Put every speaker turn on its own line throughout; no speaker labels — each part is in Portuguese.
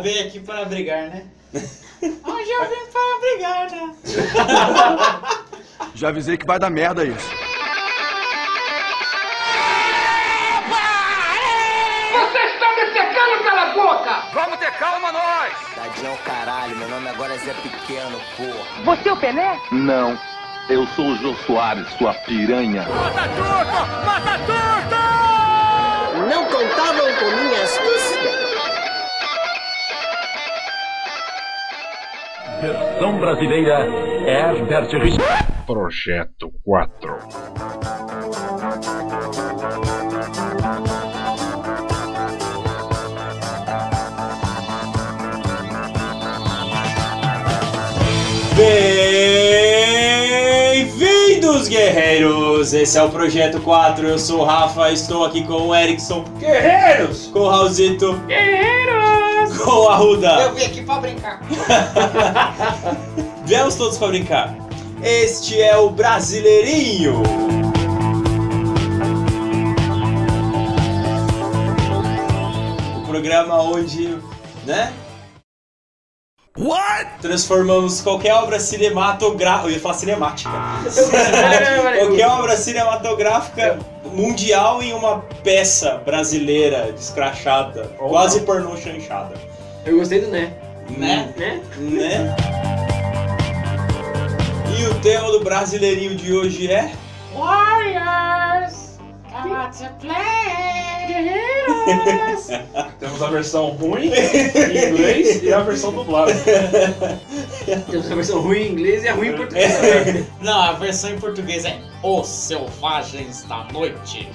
Veio aqui para brigar, né? Hoje eu vim para brigar, né?
Já avisei que vai dar merda isso.
Vocês estão me secando, cala a boca!
Vamos ter calma, nós!
Tadinho é o caralho, meu nome agora é Zé Pequeno, porra.
Você é o Pelé?
Não. Eu sou o Jô Soares, sua piranha.
Mata turco! Mata turco!
Não contavam com minha astúcia.
Versão brasileira Herbert Richard.
Projeto 4
Bem-vindos, guerreiros! Esse é o Projeto 4, eu sou o Rafa, estou aqui com o Erickson. Guerreiros! Com o Raulzito. Guerreiros! Com o Arruda.
Eu vim aqui pra brincar.
Viemos todos para brincar. Este é o Brasileirinho. O programa onde, né? What? Transformamos qualquer obra cinematográfica. Eu ia falar cinemática. qualquer obra cinematográfica mundial em uma peça brasileira descrachada.
Oh,
quase pornô chanchada.
Eu gostei do né.
Né?
Né?
Né? E o tema do brasileirinho de hoje é.
Warriors! Come out to play! Guerreiros!
Temos a versão ruim em inglês e a versão dublada.
Temos a versão ruim em inglês e a ruim em português.
É.
Não, a versão em português é Os Selvagens da Noite.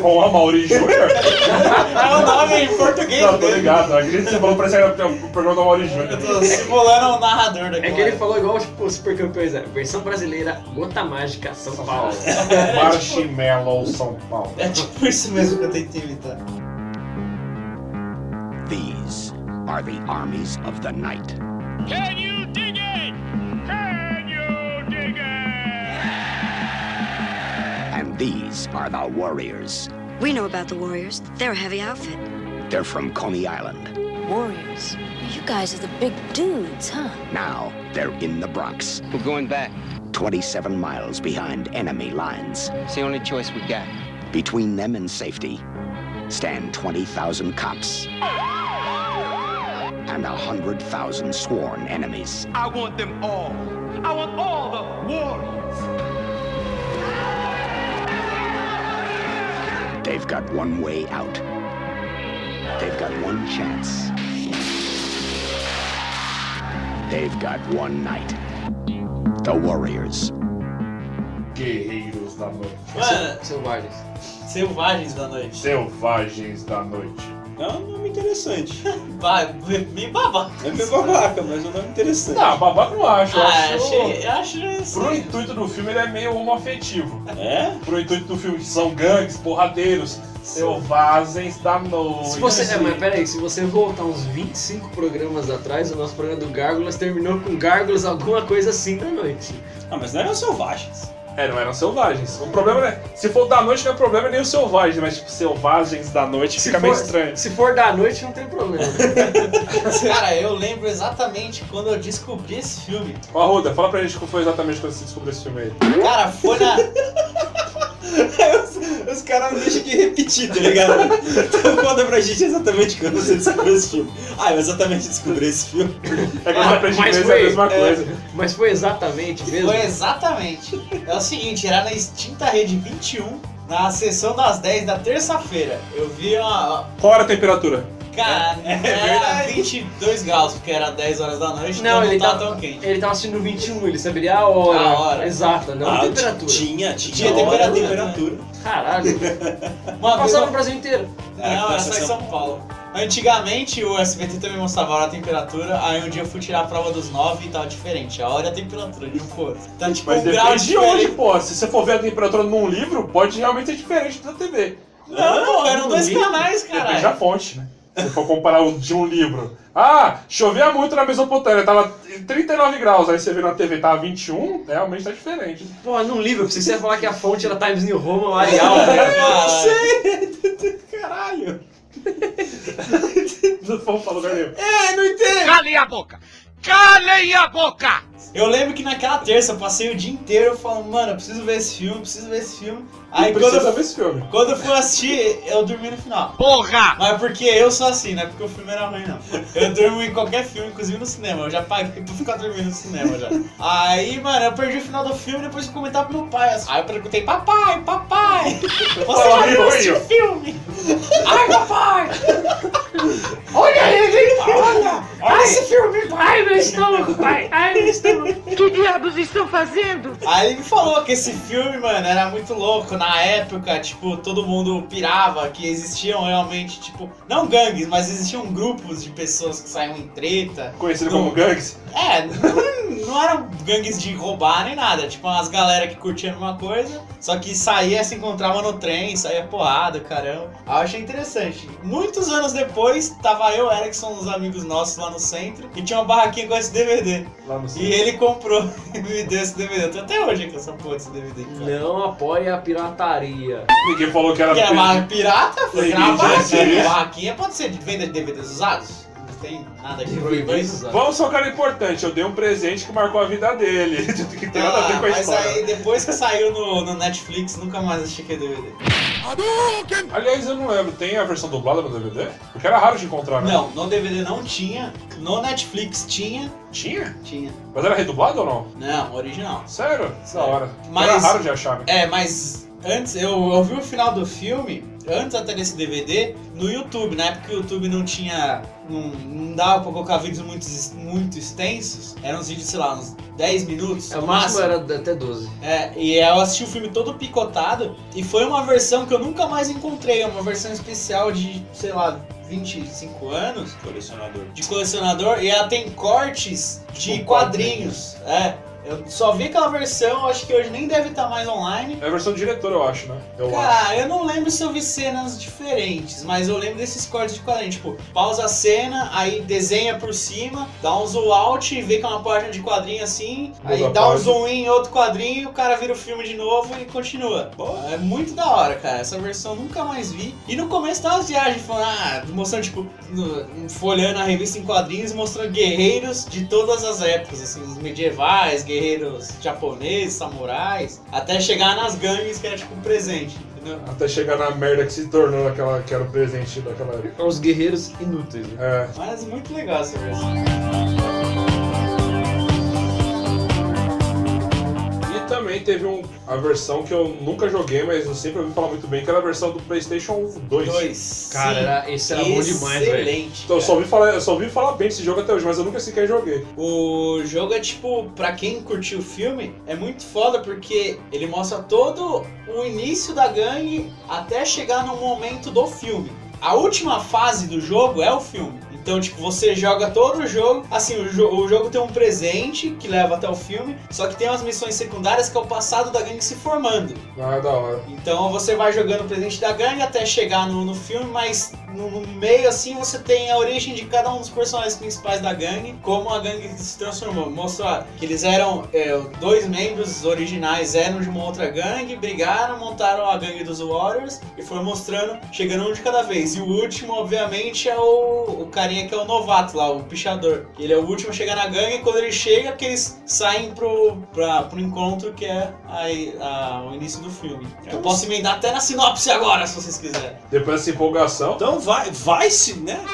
Com a Mauri Júnior.
É o nome em português
Não, tô
dele.
ligado. Acredito que você falou parece que era o programa da Mauri
Eu
Júnior.
tô simulando o narrador daqui.
É que ele falou igual tipo, os super campeões, é. Versão brasileira, Gota Mágica, São Paulo.
Marshmallow São Paulo.
É tipo isso mesmo que eu tentei imitar.
These are the armies of the night.
Can you dig it? Can you dig it?
And these are the warriors.
We know about the Warriors. They're a heavy outfit.
They're from Coney Island.
Warriors? You guys are the big dudes, huh?
Now they're in the Bronx,
We're going back.
27 miles behind enemy lines.
It's the only choice we got.
Between them and safety stand 20,000 cops and 100,000 sworn enemies.
I want them all. I want all the warriors.
They've got one way out. They've got one chance. They've got one night. The Warriors.
Guerreiros da noite.
Mano,
Selvagens.
Selvagens da Noite.
Selvagens da noite.
É um nome interessante. Ba- Meio babaca. É meio babaca, mas é um nome interessante.
Não, babaca não acho. Eu
ah,
acho...
achei, eu acho isso.
Pro intuito do filme, ele é meio homoafetivo.
É?
Pro intuito do filme, que são gangues, porradeiros, selvagens da noite.
Se você, é, mas peraí, se você voltar uns 25 programas atrás, o nosso programa do Gárgulas terminou com Gárgulas alguma coisa assim da noite.
Ah, mas não eram selvagens.
É, não eram selvagens. O problema não é. Se for da noite, não é problema nem o selvagem, mas tipo, selvagens da noite
Se
fica meio
for-
estranho.
Se for da noite, não tem problema.
Cara, eu lembro exatamente quando eu descobri esse filme.
Ó, Arruda, fala pra gente como foi exatamente quando você descobriu esse filme aí.
Cara, foi na. os os caras não deixam de repetir, tá ligado? Então conta pra gente exatamente quando você descobriu esse filme. Ah, eu exatamente descobri esse filme.
É que eu pra gente
mas
inglês é
foi,
a mesma
é.
coisa.
Mas foi exatamente mesmo.
Foi exatamente. É o seguinte, era na extinta rede 21, na sessão das 10 da terça-feira. Eu vi uma.
Qual era a temperatura?
Cara, era 22 graus, porque era 10 horas da noite, então
Não,
não
ele
tava
tá-
tão quente.
Ele tava assistindo 21, ele saberia a hora.
A hora.
Exata, não a
Ah,
temperatura.
Tinha, tinha
Não,
temperatura. né?
não. Caralho.
Uma vez
Passava
eu-
no Brasil inteiro.
Não, era só em São Paulo. Antigamente o SBT também mostrava a hora e a temperatura, aí um dia eu fui tirar a prova dos 9 e tava diferente. A hora e a temperatura, não pô. Tá tipo
Mas
um grau
depende de onde,
diferente.
pô. Se você for ver a temperatura num livro, pode realmente ser diferente da TV.
Não, não, eram dois
Depende-
canais,
Depende da
caralho.
fonte, né? Se for comparar o de um livro. Ah, chovia muito na Mesopotâmia, tava 39 graus, aí você vê na tá TV, tava 21, realmente tá diferente.
Pô, não livro, eu pensei que você ia falar que a fonte era Times New Roman, o
né?
Arial.
Eu não sei! Caralho!
Não vamos pra lugar nenhum.
É, não entendo.
Calem a boca! Calem a boca!
Eu lembro que naquela terça eu passei o dia inteiro falando, mano, eu preciso ver esse filme, preciso ver esse filme. Aí
Não precisa
quando eu,
ver esse filme.
quando eu fui assistir, eu dormi no final.
Porra!
Mas porque eu sou assim, não é porque o filme era ruim, não. Eu durmo em qualquer filme, inclusive no cinema. Eu já paguei pra ficar dormindo no cinema já. Aí, mano, eu perdi o final do filme depois de comentar pro meu pai. assim. Aí eu perguntei, papai, papai, você já
Fala,
viu
Rio,
esse
Rio.
filme? Ai, papai! Olha ele, olha! Olha esse filme, pai, meu estômago, pai! Ai, meu estômago!
Que diabos estão fazendo?
Aí ele me falou que esse filme, mano, era muito louco. Na época, tipo, todo mundo pirava que existiam realmente, tipo, não gangues, mas existiam grupos de pessoas que saíam em treta.
Conhecido
Não.
como Gangs.
É, não, não eram gangues de roubar nem nada. Tipo, umas galera que curtia a mesma coisa, só que saía, se encontrava no trem, saía porrada, caramba. Aí eu achei interessante. Muitos anos depois, tava eu, Erickson, uns amigos nossos lá no centro, e tinha uma barraquinha com esse DVD.
Lá no
E ele comprou e me deu esse DVD. Eu tô até hoje com essa porra desse DVD. em casa.
Não apoia a pirataria.
Ninguém falou que era
Que era uma pirata? Foi
Ele
na
disse
barraquinha.
isso.
Barraquinha pode ser de venda de DVDs usados? Não tem nada que proíba isso.
Proibido.
Vamos focar no importante, eu dei um presente que marcou a vida dele. que tem nada a ver
Ah,
com a
mas
história.
aí depois que saiu no, no Netflix, nunca mais achei que é DVD.
Aliás, eu não lembro, tem a versão dublada no DVD? Porque era raro de encontrar, né?
Não, no DVD não tinha. No Netflix tinha.
Tinha?
Tinha.
Mas era redublado ou não?
Não, original.
Sério? Que Da hora.
Mas-
Era raro de achar, né?
É, mas antes, eu ouvi o final do filme, antes até desse DVD, no YouTube. Na época que o YouTube não tinha. Não, não dava pra colocar vídeos muito, ex- muito extensos. Eram uns vídeos, sei lá, uns 10 minutos.
É O
no
máximo
máximo.
era até 12.
É, e eu assisti o filme todo picotado. E foi uma versão que eu nunca mais encontrei. É Uma versão especial de, sei lá. 25 anos
Colecionador.
de colecionador e ela tem cortes de
Tipo
quadrinhos. É, eu só vi aquela versão, acho que hoje nem deve estar mais online.
É a versão do diretor, eu acho, né? Eu acho.
Cara, eu não lembro se eu vi cenas diferentes, mas eu lembro desses cortes de quadrinho. Tipo, pausa a cena, aí desenha por cima, dá um zoom out e vê que é uma página de quadrinho assim,
Muda
aí
a
dá um
página.
zoom in em outro quadrinho, o cara vira o filme de novo e continua. Bom, é muito da hora, cara. Essa versão eu nunca mais vi. E no começo tava as viagens falando, ah, mostrando, tipo, no- folhando a revista em quadrinhos, mostrando guerreiros de todas as épocas, assim, os medievais, guerreiros japoneses, samurais, até chegar nas gangues que era tipo um presente. entendeu?
Até chegar na merda que se tornou aquela que era o presente daquela época.
Os guerreiros inúteis. né?
É.
Mas muito legal essa versão.
E também teve um, a versão que eu nunca joguei, mas eu sempre ouvi falar muito bem, que era a versão do Playstation 2.
Dois. É.
Cara,
Sim.
era- esse era bom demais, velho.
Excelente.
Então, eu, só
cara.
ouvi falar, eu só ouvi falar bem desse jogo até hoje, mas eu nunca sequer joguei.
O jogo é tipo, pra quem curtiu o filme, é muito foda porque ele mostra todo o início da gangue até chegar no momento do filme. A última fase do jogo é o filme. Então, tipo, você joga todo o jogo. Assim, o, jo- o jogo tem um presente que leva até o filme, só que tem umas missões secundárias que é o passado da gangue se formando.
Ah, da hora.
Então você vai jogando o presente da gangue até chegar no, no filme, mas no, no meio assim você tem a origem de cada um dos personagens principais da gangue, como a gangue se transformou. Mostra que eles eram é, dois membros originais eram de uma outra gangue, brigaram, montaram a gangue dos Warriors e foi mostrando, chegando um de cada vez. E o último, obviamente, é o, o carinha que é o novato lá, o pichador. Ele é o último a chegar na gangue e quando ele chega, que eles saem pro, pra, pro encontro que é a- a- o início do filme. Eu posso emendar até na sinopse agora, se vocês quiserem.
Depois dessa empolgação,
Então vai, vai se, né?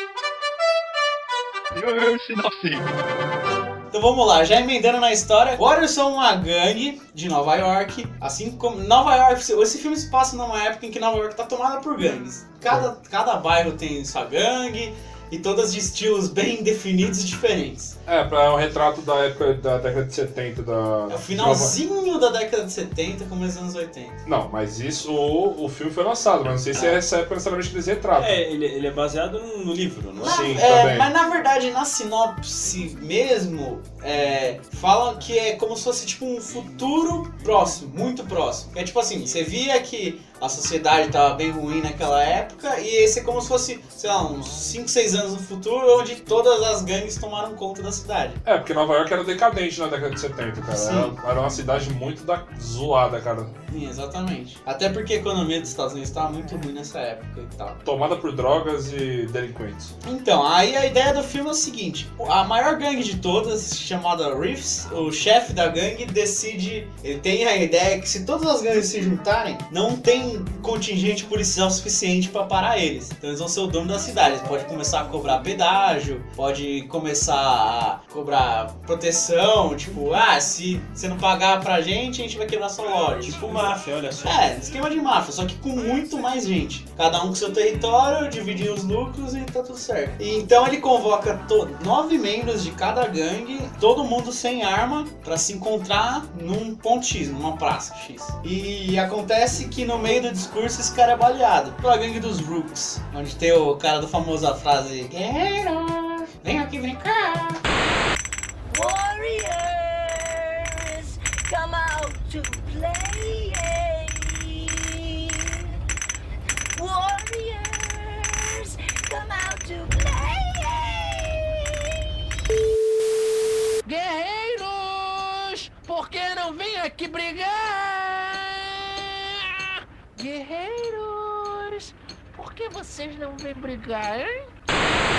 Então vamos lá, já emendando na história. Warriors são uma gangue de Nova York. Assim como Nova York, esse filme se passa numa época em que Nova York tá tomada por gangues. Cada, cada bairro tem sua gangue e todas de estilos bem definidos e diferentes.
é, pra um retrato da época da década de 70 da.
É o finalzinho da década de 70, começo dos anos 80.
Não, mas isso o, o filme foi lançado, mas não sei se é essa época necessariamente que eles retratam.
É, ele, ele é baseado no, no livro, não é?
Na-
Sim,
é,
também.
mas na verdade, na sinopse mesmo, é, fala que é como se fosse tipo um futuro próximo, muito próximo. É tipo assim, você via que a sociedade tava bem ruim naquela época e esse é como se fosse, sei lá, uns 5, 6 anos no futuro, onde todas as gangues tomaram conta da cidade.
É, porque Nova York era decadente na década de 70, cara.
Sim.
Era, era uma cidade muito da... zoada, cara.
Sim, exatamente. Até porque a economia dos Estados Unidos estava muito ruim nessa época e tal.
Tomada por drogas e delinquentes.
Então, aí a ideia do filme é o seguinte: a maior gangue de todas, chamada Reeves, o chefe da gangue decide. Ele tem a ideia que se todas as gangues se juntarem, não tem contingente policial suficiente para parar eles. Então eles vão ser o dono da cidade. Eles podem começar a cobrar pedágio, pode começar a cobrar proteção, tipo, ah, se você não pagar pra gente, a gente vai quebrar sua loja.
Tipo máfia, olha só.
É, esquema de máfia, só que com muito mais gente. Cada um com seu território, dividindo os lucros e tá tudo certo. E então ele convoca to- nove membros de cada gangue, todo mundo sem arma, pra se encontrar num ponto X, numa praça X. E acontece que no meio do discurso esse cara é baleado pela gangue dos Rooks, onde tem o cara da famosa frase: Guerreiros, vem aqui brincar.
Warriors, come out to play. Warriors, come out to play.
Guerreiros, por que não vem aqui brigar? Guerreiros, por que vocês não vêm brigar, hein?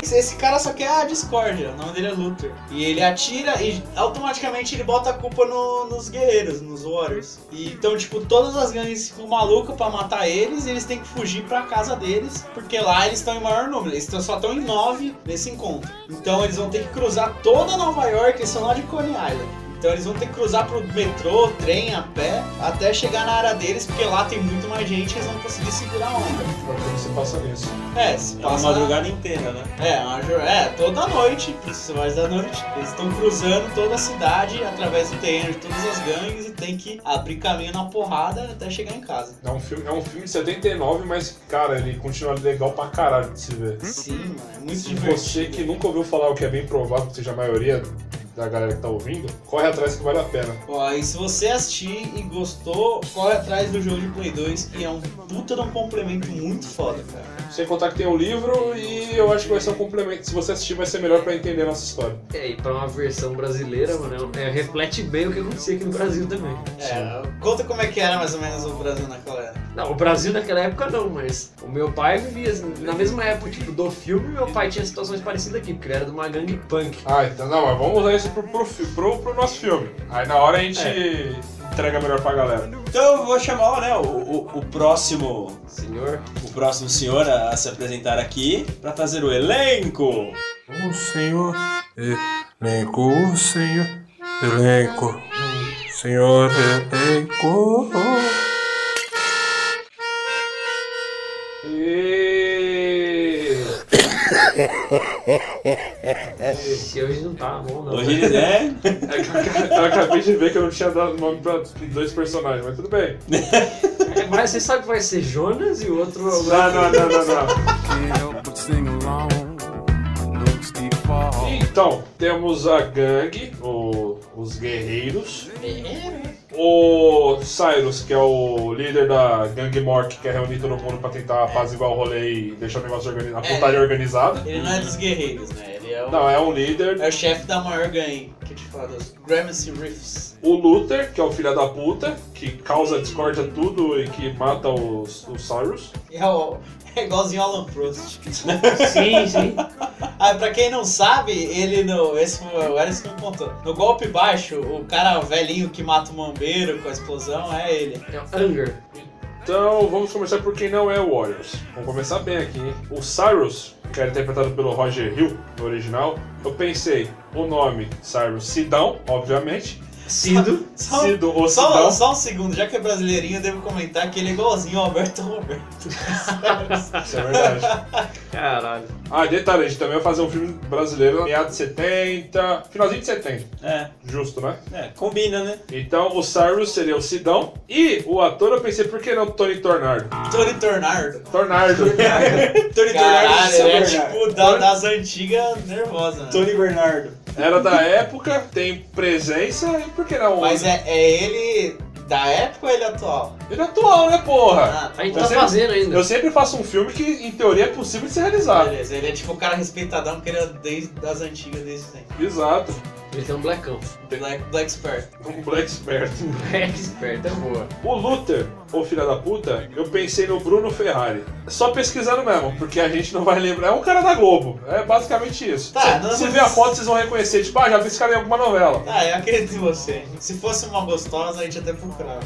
Esse- Esse cara só quer a discórdia, o nome dele é Luther. E ele atira e automaticamente ele bota a culpa no- nos guerreiros, nos warriors. E então, tipo, todas as gangues ficam malucas pra matar eles e eles têm que fugir pra casa deles, porque lá eles estão em maior número. Eles tão- só estão em nove nesse encontro. Então eles vão ter que cruzar toda Nova York, eles são lá de Coney Island. Então eles vão ter que cruzar pro metrô, trem, a pé, até chegar na área deles, porque lá tem muito mais gente e eles vão conseguir segurar a onda.
Pra quem se passa nisso.
É, se
É uma
passa
madrugada inteira, né?
é, uma jo- é, toda noite, isso mais da noite. Eles estão cruzando toda a cidade através do terreno de todas as gangues e tem que abrir caminho na porrada até chegar em casa.
É um, filme, é um filme de 79, mas, cara, ele continua legal pra caralho de se ver.
Sim, mano, é muito
Se você que
divertido.
nunca ouviu falar, o que é bem provável que seja a maioria da galera que tá ouvindo, corre atrás que vale a pena.
Ó, e se você assistir e gostou, corre atrás do jogo de Play 2, que é um puta de um complemento muito foda, cara.
Sem contar que tem o livro e eu acho que vai ser um complemento. Se você assistir, vai ser melhor pra entender a nossa história.
É, e pra uma versão brasileira, mano, é- é, reflete bem o que acontecia aqui no Brasil também.
É, conta como é que era mais ou menos o Brasil naquela época.
Não, o Brasil naquela época não, mas o meu pai vivia na mesma época, tipo, do filme, meu pai tinha situações parecidas aqui, porque ele era de uma gangue punk.
Ah, então não, mas vamos usar isso pro, pro, fi- pro- pro nosso filme. Aí na hora a gente entrega melhor pra galera.
Então eu vou chamar né, o, o, o próximo
Senhor,
o próximo senhor a, a se apresentar aqui pra fazer o elenco.
O senhor elenco, o senhor elenco, o senhor elenco.
E...
esse hoje não tá bom, não.
Hoje ele né?
É que Eu acabei de ver que eu não tinha dado nome pra dois personagens, mas tudo bem.
É, mas você sabe que vai ser Jonas e o outro... é o
Não, não, não, não, não. Então, temos a gangue, o- os guerreiros. O Cyrus, que é o líder da gangue Mork, que quer reunir todo mundo pra tentar apaziguar o rolê e deixar o negócio organizado, a
É.
putaria organizada.
Ele não é dos guerreiros, né? Ele é o,
Não, é um líder.
é o chefe da maior gangue, que te fala, dos Gramercy Reefs.
O Luther, que é o filho da puta, que causa discórdia tudo e que mata os, os Cyrus.
É, o- é igualzinho ao Alan Prost.
Sim, sim.
Ah, pra quem não sabe, ele no. Esse, foi- o Erickson me contou. No golpe baixo, o cara velhinho que mata o mambeiro com a explosão é ele.
É o Anger.
Então vamos começar por quem não é o Warriors. Vamos começar bem aqui, hein? O Cyrus, que era interpretado pelo Roger Hill no original, eu pensei, o nome Cyrus Sidão, obviamente.
Sido.
Só, um,
Sido ou
só,
Sidão.
só um segundo, já que é brasileirinho, eu devo comentar que ele é igualzinho ao Alberto Roberto.
Isso é verdade.
Caralho.
ah, detalhe, a gente também vai fazer um filme brasileiro na meados de 70, finalzinho de 70.
É,
Justo, né?
é, combina, né?
Então o Cyrus seria o Sidão. E o ator eu pensei, por que não Tony Tornardo?
Tony Tornardo.
Tornardo.
Tony
Tornado
Caralho,
de São
ele é
Bernardo.
tipo da- das antigas nervosa. Né?
Tony Bernardo.
Era da época,
é
tem presença e por que não?
Mas é, é ele da época ou ele atual?
Ele é atual, né, porra?
Ah,
a gente
Eu
tá
sempre-
fazendo ainda.
Eu sempre faço um filme que, em teoria, é possível de ser realizado.
Beleza, ele é tipo o cara respeitadão que ele é desde das antigas desde sempre.
Exato.
Ele tem um blackão.
Black, Black Spare.
Um Black Expert.
Black esperto é boa.
O Luther, ô filha da puta, eu pensei no Bruno Ferrari. Só pesquisando mesmo, porque a gente não vai lembrar. É um cara da Globo. É basicamente isso.
Tá,
Cê-
não,
se
mas-
ver a foto, vocês vão reconhecer. Tipo, ah, já vi esse cara em alguma novela.
Ah, eu acredito em você. Se fosse uma gostosa, a gente até procurava.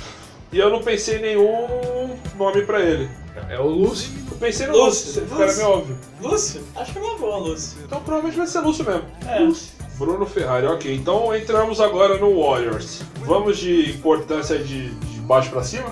E eu não pensei em nenhum nome pra ele.
É o Lúcio.
Eu pensei no
Lúcio,
Lúcio, cara
Lúcio.
me óbvio.
Lúcio? Acho que é uma boa, Lúcio.
Então provavelmente vai ser Lúcio mesmo.
É.
Bruno Ferrari, ok. Então entramos agora no Warriors. Vamos de importância de, de baixo pra cima?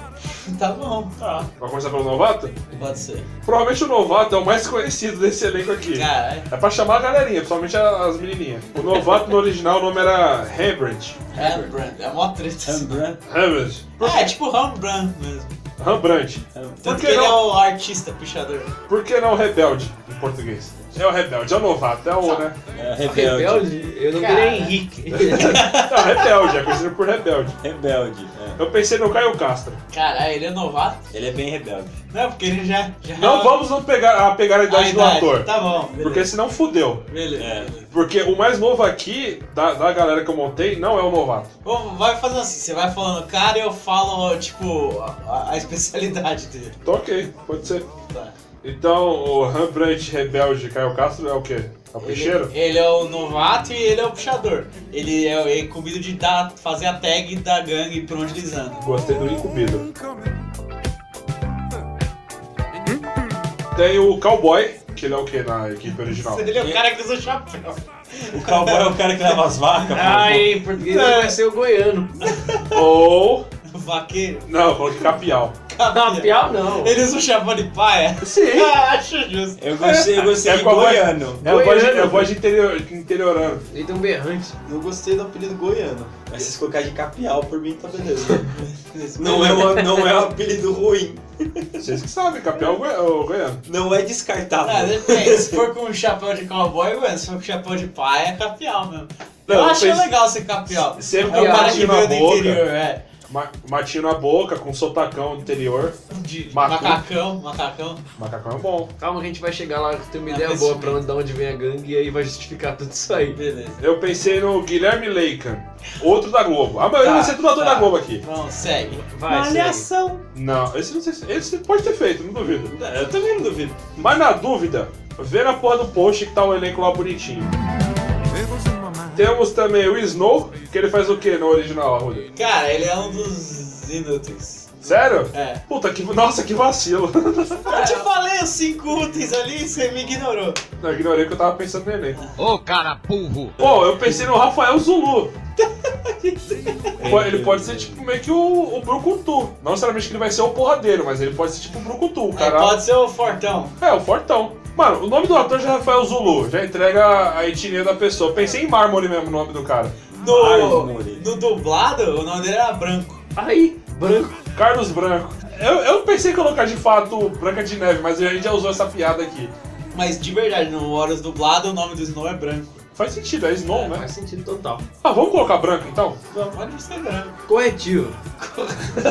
Tá bom, tá.
Vai começar pelo novato?
Pode ser.
Provavelmente o novato é o mais conhecido desse elenco aqui.
Caralho.
É pra chamar a galerinha, principalmente a- as menininhas. O novato no original o nome era Rembrandt.
Rembrandt. É mó treta.
Rembrandt.
Rembrandt.
Ah, é tipo Rembrandt mesmo.
Rembrandt. Por
Tanto que
que
ele é
não,
o artista puxador.
por que não Rebelde em português? É o Rebelde, é o novato, é o, né?
É, rebelde.
Rebelde? Eu não
Cara.
queria Henrique.
Não, Rebelde, é conhecido por Rebelde.
Rebelde.
Eu pensei no Caio Castro.
Caralho, ele é novato?
É. Ele é bem rebelde.
Não, porque ele já. já
Não vamos não pegar, a pegar a
Ah,
idade, do
idade.
ator.
Tá bom. Beleza.
Porque senão fudeu.
Beleza.
É.
Porque o mais novo aqui, da, da galera que eu montei, não é o novato.
Bom, vai fazendo assim, você vai falando cara e eu falo, tipo, a, a especialidade dele.
Então ok, pode ser.
Tá.
Então o Rembrandt Rebelde Caio Castro é o quê? É o peixeiro?
Ele, ele é o novato e ele é o puxador. Ele é, o- é incumbido de dar, fazer a tag da gangue por onde eles andam.
um
Gostei do incumbido. Tem o Cowboy, que ele é o que na equipe original?
Ele é o cara que usa o chapéu.
O cowboy é o cara que leva as vacas, pô.
Ai, português
É.
vai ser o goiano.
Ou.
Vaqueiro.
Não, falou que capial.
Não, pior não.
Ele usa o chapéu de paia?
Sim.
Ah, acho justo.
Eu gostei, eu gostei
É
de
cowboy.
goiano.
É a voz, de-
Goiano.
é a voz de interior, de interiorano.
Ele tem um berrante.
Eu gostei do apelido goiano.
Mas se colocar de capial, por mim tá beleza.
Beleza.
Não é, um, não é um apelido ruim.
Vocês que sabem, capial é o goi- o goiano.
Não é
Ah,
descartável.
depende. Se for com um chapéu de cowboy, mano. Se for com chapéu de paia, é capial mesmo. eu
Não,
acho
fez-
legal ser capial.
Sempre
é o
tem um
cara que
matinho na
veio do
boca.
interior, é.
Ma- matinho na boca, com sotacão interior.
De
Macaco.
macacão, macacão.
Macacão é bom.
Calma que a gente vai chegar lá, tem uma
Ah,
ideia
mas
boa
sim.
pra onde, da onde vem a gangue e aí vai justificar tudo isso aí.
Beleza.
Eu pensei no Guilherme Leica, outro da Globo. Ah, A maioria
Tá,
vai ser tudo ator
tá.
da Globo aqui.
Vamos, segue.
Vai, segue.
Não, esse não sei se- esse pode ter feito, não duvido.
Eu também não duvido.
Mas na dúvida, vê na porra do post que tá o elenco lá bonitinho. Temos também o Snow, que ele faz o que no original, Arruda?
Cara, ele é um dos inúteis.
Sério?
É.
Puta que. Nossa, que vacilo.
Eu te falei os cinco úteis ali e você me ignorou.
Não, eu ignorei que eu tava pensando no elenco. Ô, cara burro! Pô, eu pensei no Rafael Zulu. Po- ele pode ser tipo meio que o, o Brucutu. Não necessariamente que ele vai ser o porradeiro, mas ele pode ser tipo o Brucutu, o
Aí
cara.
É, pode ser o Fortão.
É, o Fortão. Mano, o nome do ator já é Rafael Zulu, já entrega a etnia da pessoa. Pensei em mármore mesmo o nome do cara.
No,
Mármore.
no dublado, o nome dele era Branco.
Aí, branco.
Carlos Branco. Eu, eu pensei em colocar de fato Branca de Neve, mas a gente já usou essa piada aqui.
Mas de verdade, no Horas dublado, o nome do Snow é Branco.
Faz sentido, é Snow, né?
Faz sentido total.
Ah, vamos colocar branco então?
Pode ser Branco.
Corretivo.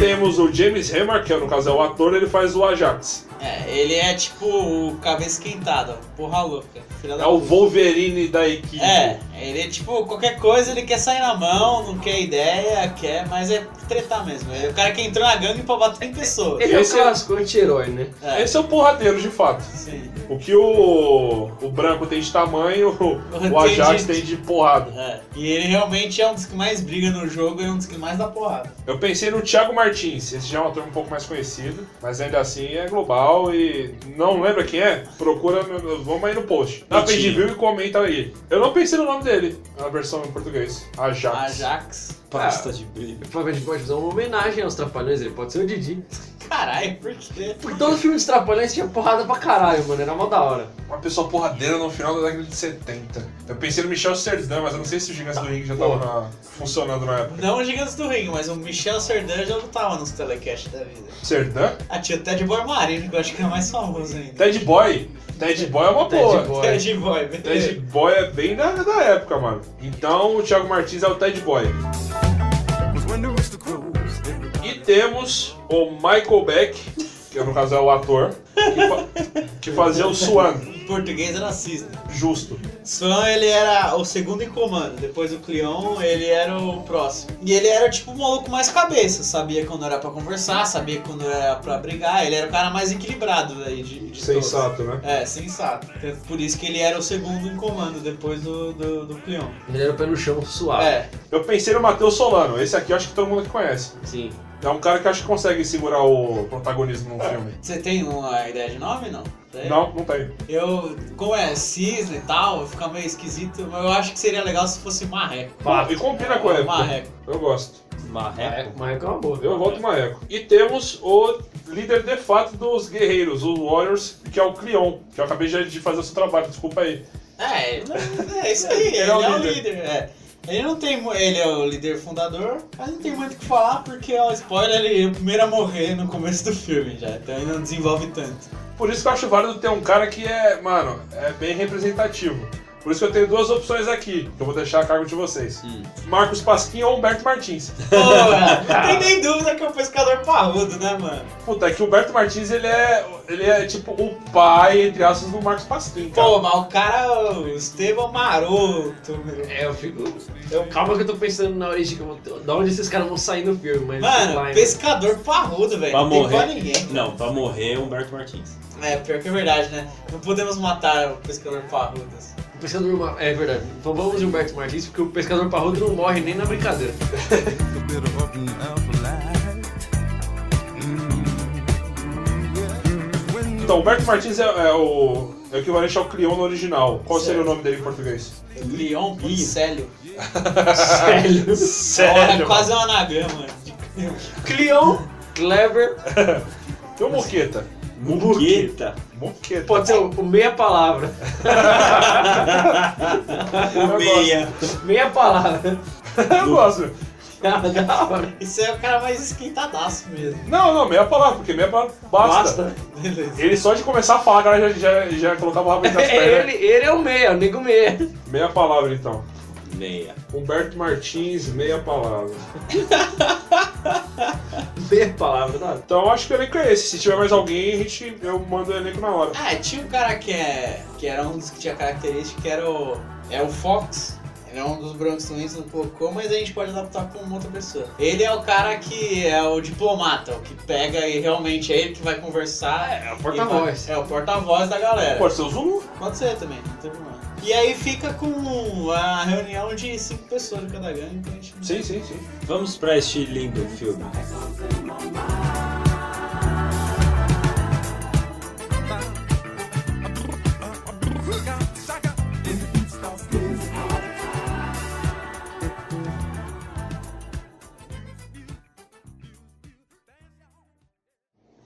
Temos o James Hammer, que no caso é o ator, ele faz o Ajax.
É, ele é tipo o cabeça esquentada, um porra louca. Filha
É
da
o Wolverine da equipe.
É, ele é tipo, qualquer coisa ele quer sair na mão, não quer ideia, quer, mas é tretar mesmo. É o cara que entrou na gangue pra bater em pessoa.
Ele é o
Esse é-
clássico anti-herói, né?
É,
Esse é o porradeiro, de fato.
sim.
O que o, o branco tem de tamanho, o, o Ajax tem de porrada.
É. E ele realmente é um dos que mais briga no jogo e é um dos que mais dá porrada.
Eu pensei no Thiago Martins, esse já é um ator um pouco mais conhecido, mas ainda assim é global e não lembra quem é? Procura, no- vamos aí no post. Dá pra gente ver e comenta aí. Eu não pensei no nome dele, na versão em português. Ajax.
Ajax.
Ah,
Pasta de brilho.
A gente pode fazer uma homenagem aos Trapalhões, ele pode ser o Didi.
Caralho, por quê?
Porque todo filme dos Trapalhões tinha porrada pra caralho, mano, era mó da hora.
Uma pessoa porradeira no final da década de 70. Eu pensei no Michel Serdã, mas eu não sei se o Gigas do Ring já tava na- funcionando na época.
Não o Gigantes do Ring, mas o Michel Serdan já lutava nos telecasts da vida.
Serdã?
Ah, tinha o Ted Bormarino, que eu acho que é mais famoso ainda.
Ted Boy. Ted Boy é uma
Ted
boa.
Boy.
Ted Boy, beleza.
Ted Boy é bem da, da época, mano. Então o Thiago Martins é o Ted Boy. temos o Michael Beck, que no caso é o ator, que, fa- que fazia o Swan.
Em português era cisne.
Justo.
Swan, ele era o segundo em comando. Depois o Cleon, ele era o próximo. E ele era tipo o maluco mais cabeça. Sabia quando era pra conversar, sabia quando era pra brigar. Ele era o cara mais equilibrado aí de, de todos.
Sensato, né?
É, sensato. Então, Por isso que ele era o segundo em comando depois do, do, do Cleon.
Ele era o pé no chão suave.
É.
Eu pensei no Matheus Solano, esse aqui eu acho que todo mundo aqui conhece.
Sim. É.
É um cara que acho que consegue segurar o protagonismo no filme.
Você tem uma ideia de nome, não? Tem?
Não, não tem.
Eu, como é cisne e tal, fica meio esquisito, mas eu acho que seria legal se fosse marreco.
Ah, e combina com a época.
Marreco.
Eu gosto.
Marreco.
Marreco é uma boa.
Eu volto Marreco. E temos o líder de fato dos guerreiros, os Warriors, que é o Cleon, que eu acabei já de fazer o seu trabalho, desculpa aí.
É, é isso aí, ele, é o líder. é. Ele não tem mu- ele é o líder fundador, mas não tem muito o que falar porque ó, spoiler, ele é o primeiro a morrer no começo do filme já, então ele não desenvolve tanto.
Por isso que eu acho válido ter um cara que é, mano, é bem representativo. Por isso que eu tenho duas opções aqui, que eu vou deixar a cargo de vocês.
Hum.
Marcos Pasquim ou Humberto Martins.
Pô, mano, não tem nem dúvida que é um pescador parrudo, né, mano?
Puta, é que o Humberto Martins, ele é, ele é tipo o pai, entre aspas, do Marcos Pasquim, cara.
Pô, mas o cara, o Estevão Maroto, meu.
É, eu fico. eu- calma que eu tô pensando na origem que eu vou. Da onde esses caras vão sair no filme, mas. né? sei lá,
Mano,
hein?
pescador parrudo, velho.
Pra
Não tem pra
morrer.
ninguém.
Não, pra morrer é Humberto Martins.
É, pior que é verdade, né? Não podemos matar o pescador parrudo. assim.
O pescador. ma- É verdade. Então vamos de Humberto Martins, porque o pescador parrudo não morre nem na brincadeira.
Então, Humberto Martins é, é o é o equivalente ao Cleon no original. Qual seria o nome dele em português?
Leon Poncélio. É
Sério.
quase um anagrama.
Cleon, Clever.
E o Muqueta?
Muqueta.
Muqueta.
Pode ser o, o meia palavra.
eu
Meia.
Meia palavra.
gosto. eu gosto.
Ah, da hora.
Isso é o cara mais esquentadaço mesmo.
Não, não, meia palavra, porque meia palavra basta.
Basta.
Beleza.
Ele só de começar a falar, a galera já, já, já colocava o rabo entre as pernas.
Ele, ele é o meia, o nego meia.
Meia palavra, então.
Meia.
Humberto Martins, meia palavra.
Meia palavra, tá?
Então acho que o elenco é esse. Se tiver mais alguém, a gente, eu mando o elenco na hora.
Ah, tinha um cara que, é, que era um dos que tinha característica, que era o, é o Fox. Ele é um dos brancos doentes, não colocou, mas a gente pode adaptar com outra pessoa. Ele é o cara que é o diplomata, o que pega e realmente é ele que vai conversar.
É o
e vai-
porta-voz.
É o porta-voz da galera.
Pode ser o Zulu?
Pode ser também, não tem problema. E aí fica com a reunião de cinco pessoas de cada gangue. Então a gente...
Sim, sim, sim.
Vamos pra este lindo filme.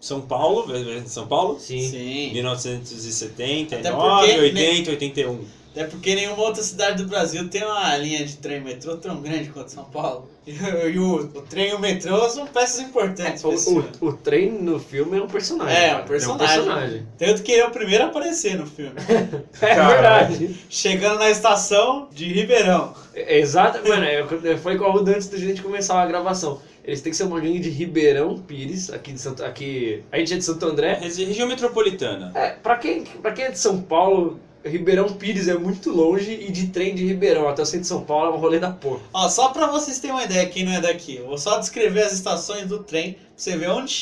São Paulo, São Paulo?
Sim.
Sim.
1979,
Até porque, né?
80, 81.
Até É porque nenhuma outra cidade do Brasil tem uma linha de trem e metrô tão grande quanto São Paulo. E, o- e o, o trem e o metrô são peças importantes. pra esse filme.
O, o, o trem no filme é um personagem.
É, um
cara.
personagem.
É um personagem.
Tanto que ele é o primeiro a aparecer no filme.
É
Cara.
verdade.
Chegando na estação de Ribeirão.
É, exato. Mano, é, foi com a Ruda antes da gente começar a gravação. Eles têm que ser uma gangue de Ribeirão Pires, aqui de Santo. Aqui. A gente é de Santo André.
Regi- Região metropolitana.
É, pra quem, pra quem é de São Paulo, Ribeirão Pires é muito longe e de trem de Ribeirão até o centro de São Paulo é um rolê da porra.
Ó, só pra vocês terem uma ideia, quem não é daqui, eu vou só descrever as estações do trem pra você ver onde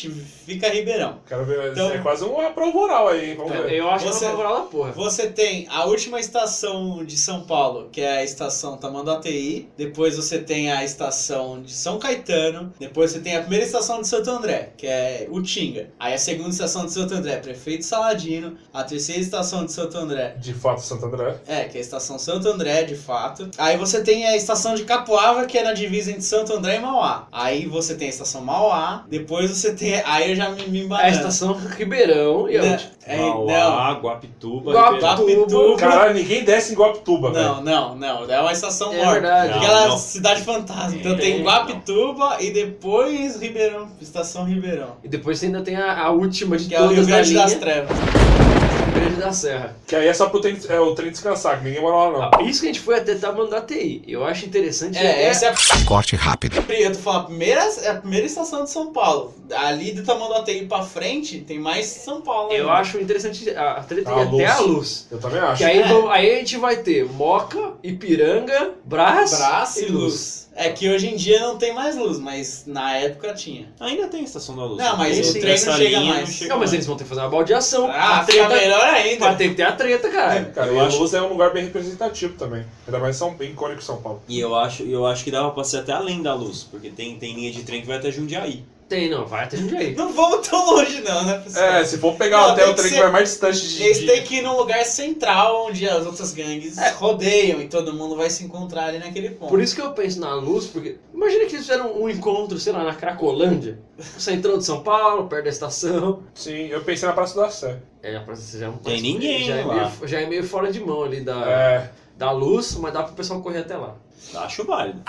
fica Ribeirão.
Quero ver.
Então-
é quase um prova oral aí, hein? Vamos ver.
Eu acho
Você-
que é uma moral da porra.
Você tem a última estação de São Paulo, que é a estação Tamanduateí. Depois você tem a estação de São Caetano. Depois você tem a primeira estação de Santo André, que é Utinga. Aí a segunda estação de Santo André, é Prefeito Saladino. A terceira estação de Santo André,
De fato, Santo André.
é, que é a estação Santo André, de fato. Aí você tem a estação de Capoava, que é na divisa entre Santo André e Mauá. Aí você tem a estação Mauá. Depois você tem. Aí eu já me, me
É a
embanando.
estação Ribeirão e
Não,
onde?
é, não.
Mauá, Guapituba,
Guapituba.
Ribeirão.
Guapituba.
Caralho, ninguém desce em Guapituba, velho.
Não, não, não. É uma estação
É
morta.
verdade.
Não,
Aquela
não.
cidade fantasma. Então
É,
tem
não.
Guapituba e depois Ribeirão, Estação Ribeirão.
E depois você ainda tem a, a última de
Que é o
todas
Rio
da
Grande
linha.
das Trevas.
Rio Grande na serra.
Que aí é só pro trem, é, o trem descansar, que ninguém mora lá não.
Ah, isso que a gente foi até tá mandar TI. Eu acho interessante.
É, essa é a-
Corte rápido.
Prieto foi a primeira, é a primeira estação de São Paulo. Ali do Tamanduateí pra frente, tem mais São Paulo.
Eu
ainda.
acho interessante a a treta
A
ir até a luz.
Eu também acho.
Que aí,
É.
vão- aí a gente vai ter Moca, Ipiranga, Brás,
Braço
e
e luz. É que hoje em dia não tem mais luz, mas na época tinha.
Ainda tem estação da luz.
Não, mas
Esse-
o trem
essa
não chega
linha
mais.
chega
Não, mas eles vão ter que fazer uma baldeação.
Ah,
Uma
fica
treta,
melhor
Vai
ainda.
ter que ter a treta, cara.
Cara,
Eu
e a
acho-
Luz é um lugar bem representativo também. Ainda mais São, bem icônico em São Paulo.
E eu acho, eu acho que dava pra ser até além da luz, porque tem, tem linha de trem que vai até Jundiaí.
Tem, não, vai até Jundiaí.
Não vamos tão longe não, né, pessoal?
É, se for pegar
Não,
até
tem
o
que
trem que
ser-
vai mais distante de.
Eles
de-
têm que ir num lugar central onde as outras gangues
É.
rodeiam e todo mundo vai se encontrar ali naquele ponto.
Por isso que eu penso na luz, porque. Imagina que eles fizeram um encontro, sei lá, na Cracolândia. Centrão de São Paulo, perto da estação.
Sim, eu pensei na Praça da Sé.
É, pra- já,
Tem ninguém
já é,
lá.
meio, já é meio fora de mão ali da,
É.
da luz, mas dá pro pessoal correr até lá.
Acho válido.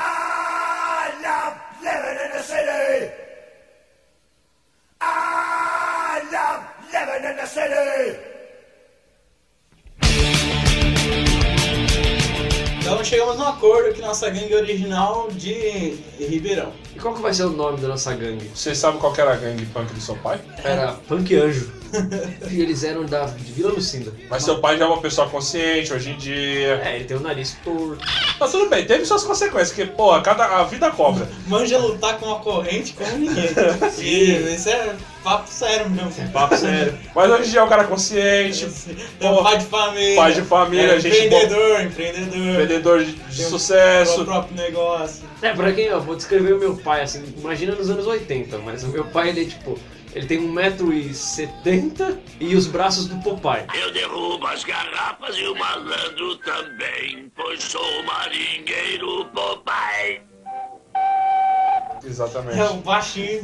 Então chegamos num acordo que nossa gangue é original de Ribeirão.
E qual que vai ser o nome da nossa gangue?
Você sabe qual que era a gangue punk do seu pai?
Era Punk Anjo. e eles eram da de Vila Lucinda.
Mas seu pai já é uma pessoa consciente hoje em dia.
É, ele tem o nariz torto.
Mas tudo bem, teve suas consequências, porque, porra, cada, a vida cobra.
Manja lutar com a corrente como ninguém. Sim, isso é papo sério
É
mesmo.
Papo sério.
Mas hoje em dia é um cara consciente,
É um pai de família.
pai de família,
é
gente
Empreendedor, empreendedor.
vendedor de, de
Tem um-
sucesso.
Seu próprio negócio.
É, pra quem, eu vou descrever o meu pai, assim, imagina nos anos 80, mas o meu pai, ele é tipo, ele tem 1,70m e os braços do Popeye.
Eu derrubo as garrafas e o malandro também, pois sou maringueiro papai.
Exatamente.
É um baixinho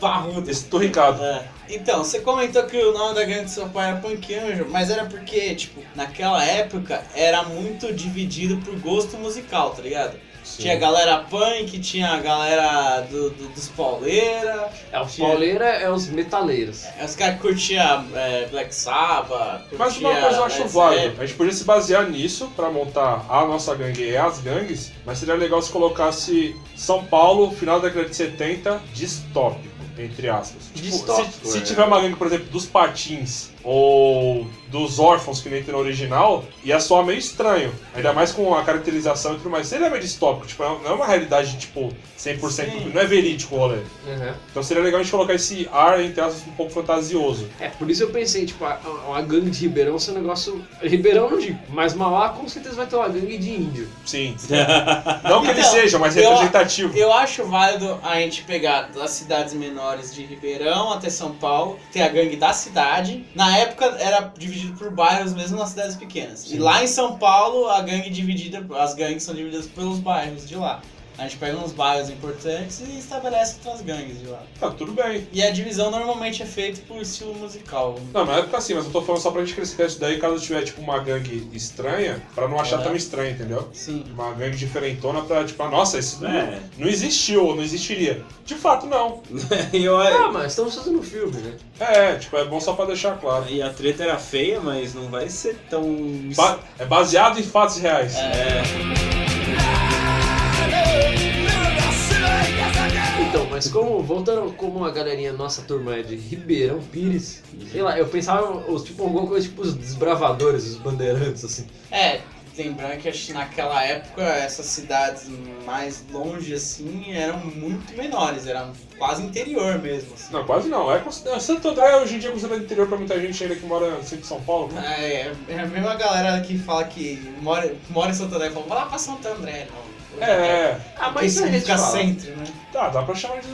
barrudo.
Esturricado.
É. Então, você comentou que o nome da gangue do seu pai era Punk Anjo, mas era porque, tipo, naquela época era muito dividido por gosto musical, tá ligado? Tinha a galera punk, tinha a galera do, do- dos pauleira,
É, o pauleira é os metaleiros.
é os caras que curtiam é, Black Sabbath,
Mas
curtia
uma coisa eu acho
Led
válido.
Zeppelin.
A gente podia se basear nisso pra montar a nossa gangue e as gangues, mas seria legal se colocasse São Paulo, final da década de 70, distópico, entre aspas. Tipo,
Distópico,
se, se
é.
tiver uma gangue, por exemplo, dos patins ou dos órfãos que nem tem no original, ia soar meio estranho. Ainda mais com a caracterização e tudo mais. Seria meio distópico, tipo, não é uma realidade, tipo, 100%,
Sim.
não é verídico o rolê.
Uhum.
Então seria legal a gente colocar esse ar, entre aspas, um pouco fantasioso.
É, por isso eu pensei, tipo, a, a- a gangue de Ribeirão ser um negócio... Ribeirão não digo, mas Mauá com certeza vai ter uma gangue de índio.
Sim. Não que ele
Então,
seja, mas
eu-
representativo.
Eu acho válido a gente pegar das cidades menores de Ribeirão até São Paulo, ter a gangue da cidade. Na época era dividido por bairros, mesmo nas cidades pequenas. E lá em São Paulo, a gangue dividida, as gangues são divididas pelos bairros de lá. A gente pega uns bairros importantes e estabelece outras gangues de lá.
Tá, tudo bem.
E a divisão normalmente é feita por estilo musical.
Não, na época sim, mas eu tô falando só pra gente crescer isso daí caso tiver, tipo, uma gangue estranha, pra não achar
É.
tão estranha, entendeu?
Sim.
Uma gangue diferentona pra, tipo, ah, nossa, isso não-
É.
não existiu, ou não existiria. De fato, não.
Eu,
Ah, mas estamos fazendo um filme, né?
É, tipo, é bom só pra deixar claro.
e a treta era feia, mas não vai ser tão.
Ba- é baseado em fatos reais.
É.
Então, mas como, voltando como a galerinha, nossa turma é de Ribeirão Pires, sei lá, eu pensava, os, tipo, alguma coisa tipo os desbravadores, os bandeirantes, assim.
É, lembrando que acho que naquela época essas cidades mais longe assim eram muito menores, eram quase interior mesmo. assim.
Não, quase não. É considerado... Santo André hoje em dia é considerado interior pra muita gente ainda que mora no centro de São Paulo. né?
É, é a mesma galera que fala que mora, mora em Santo André, fala, vai lá pra Santo André, não.
É,
Ah,
Mas
isso a gente
significa
fala.
centro, né?
Tá, dá pra chamar de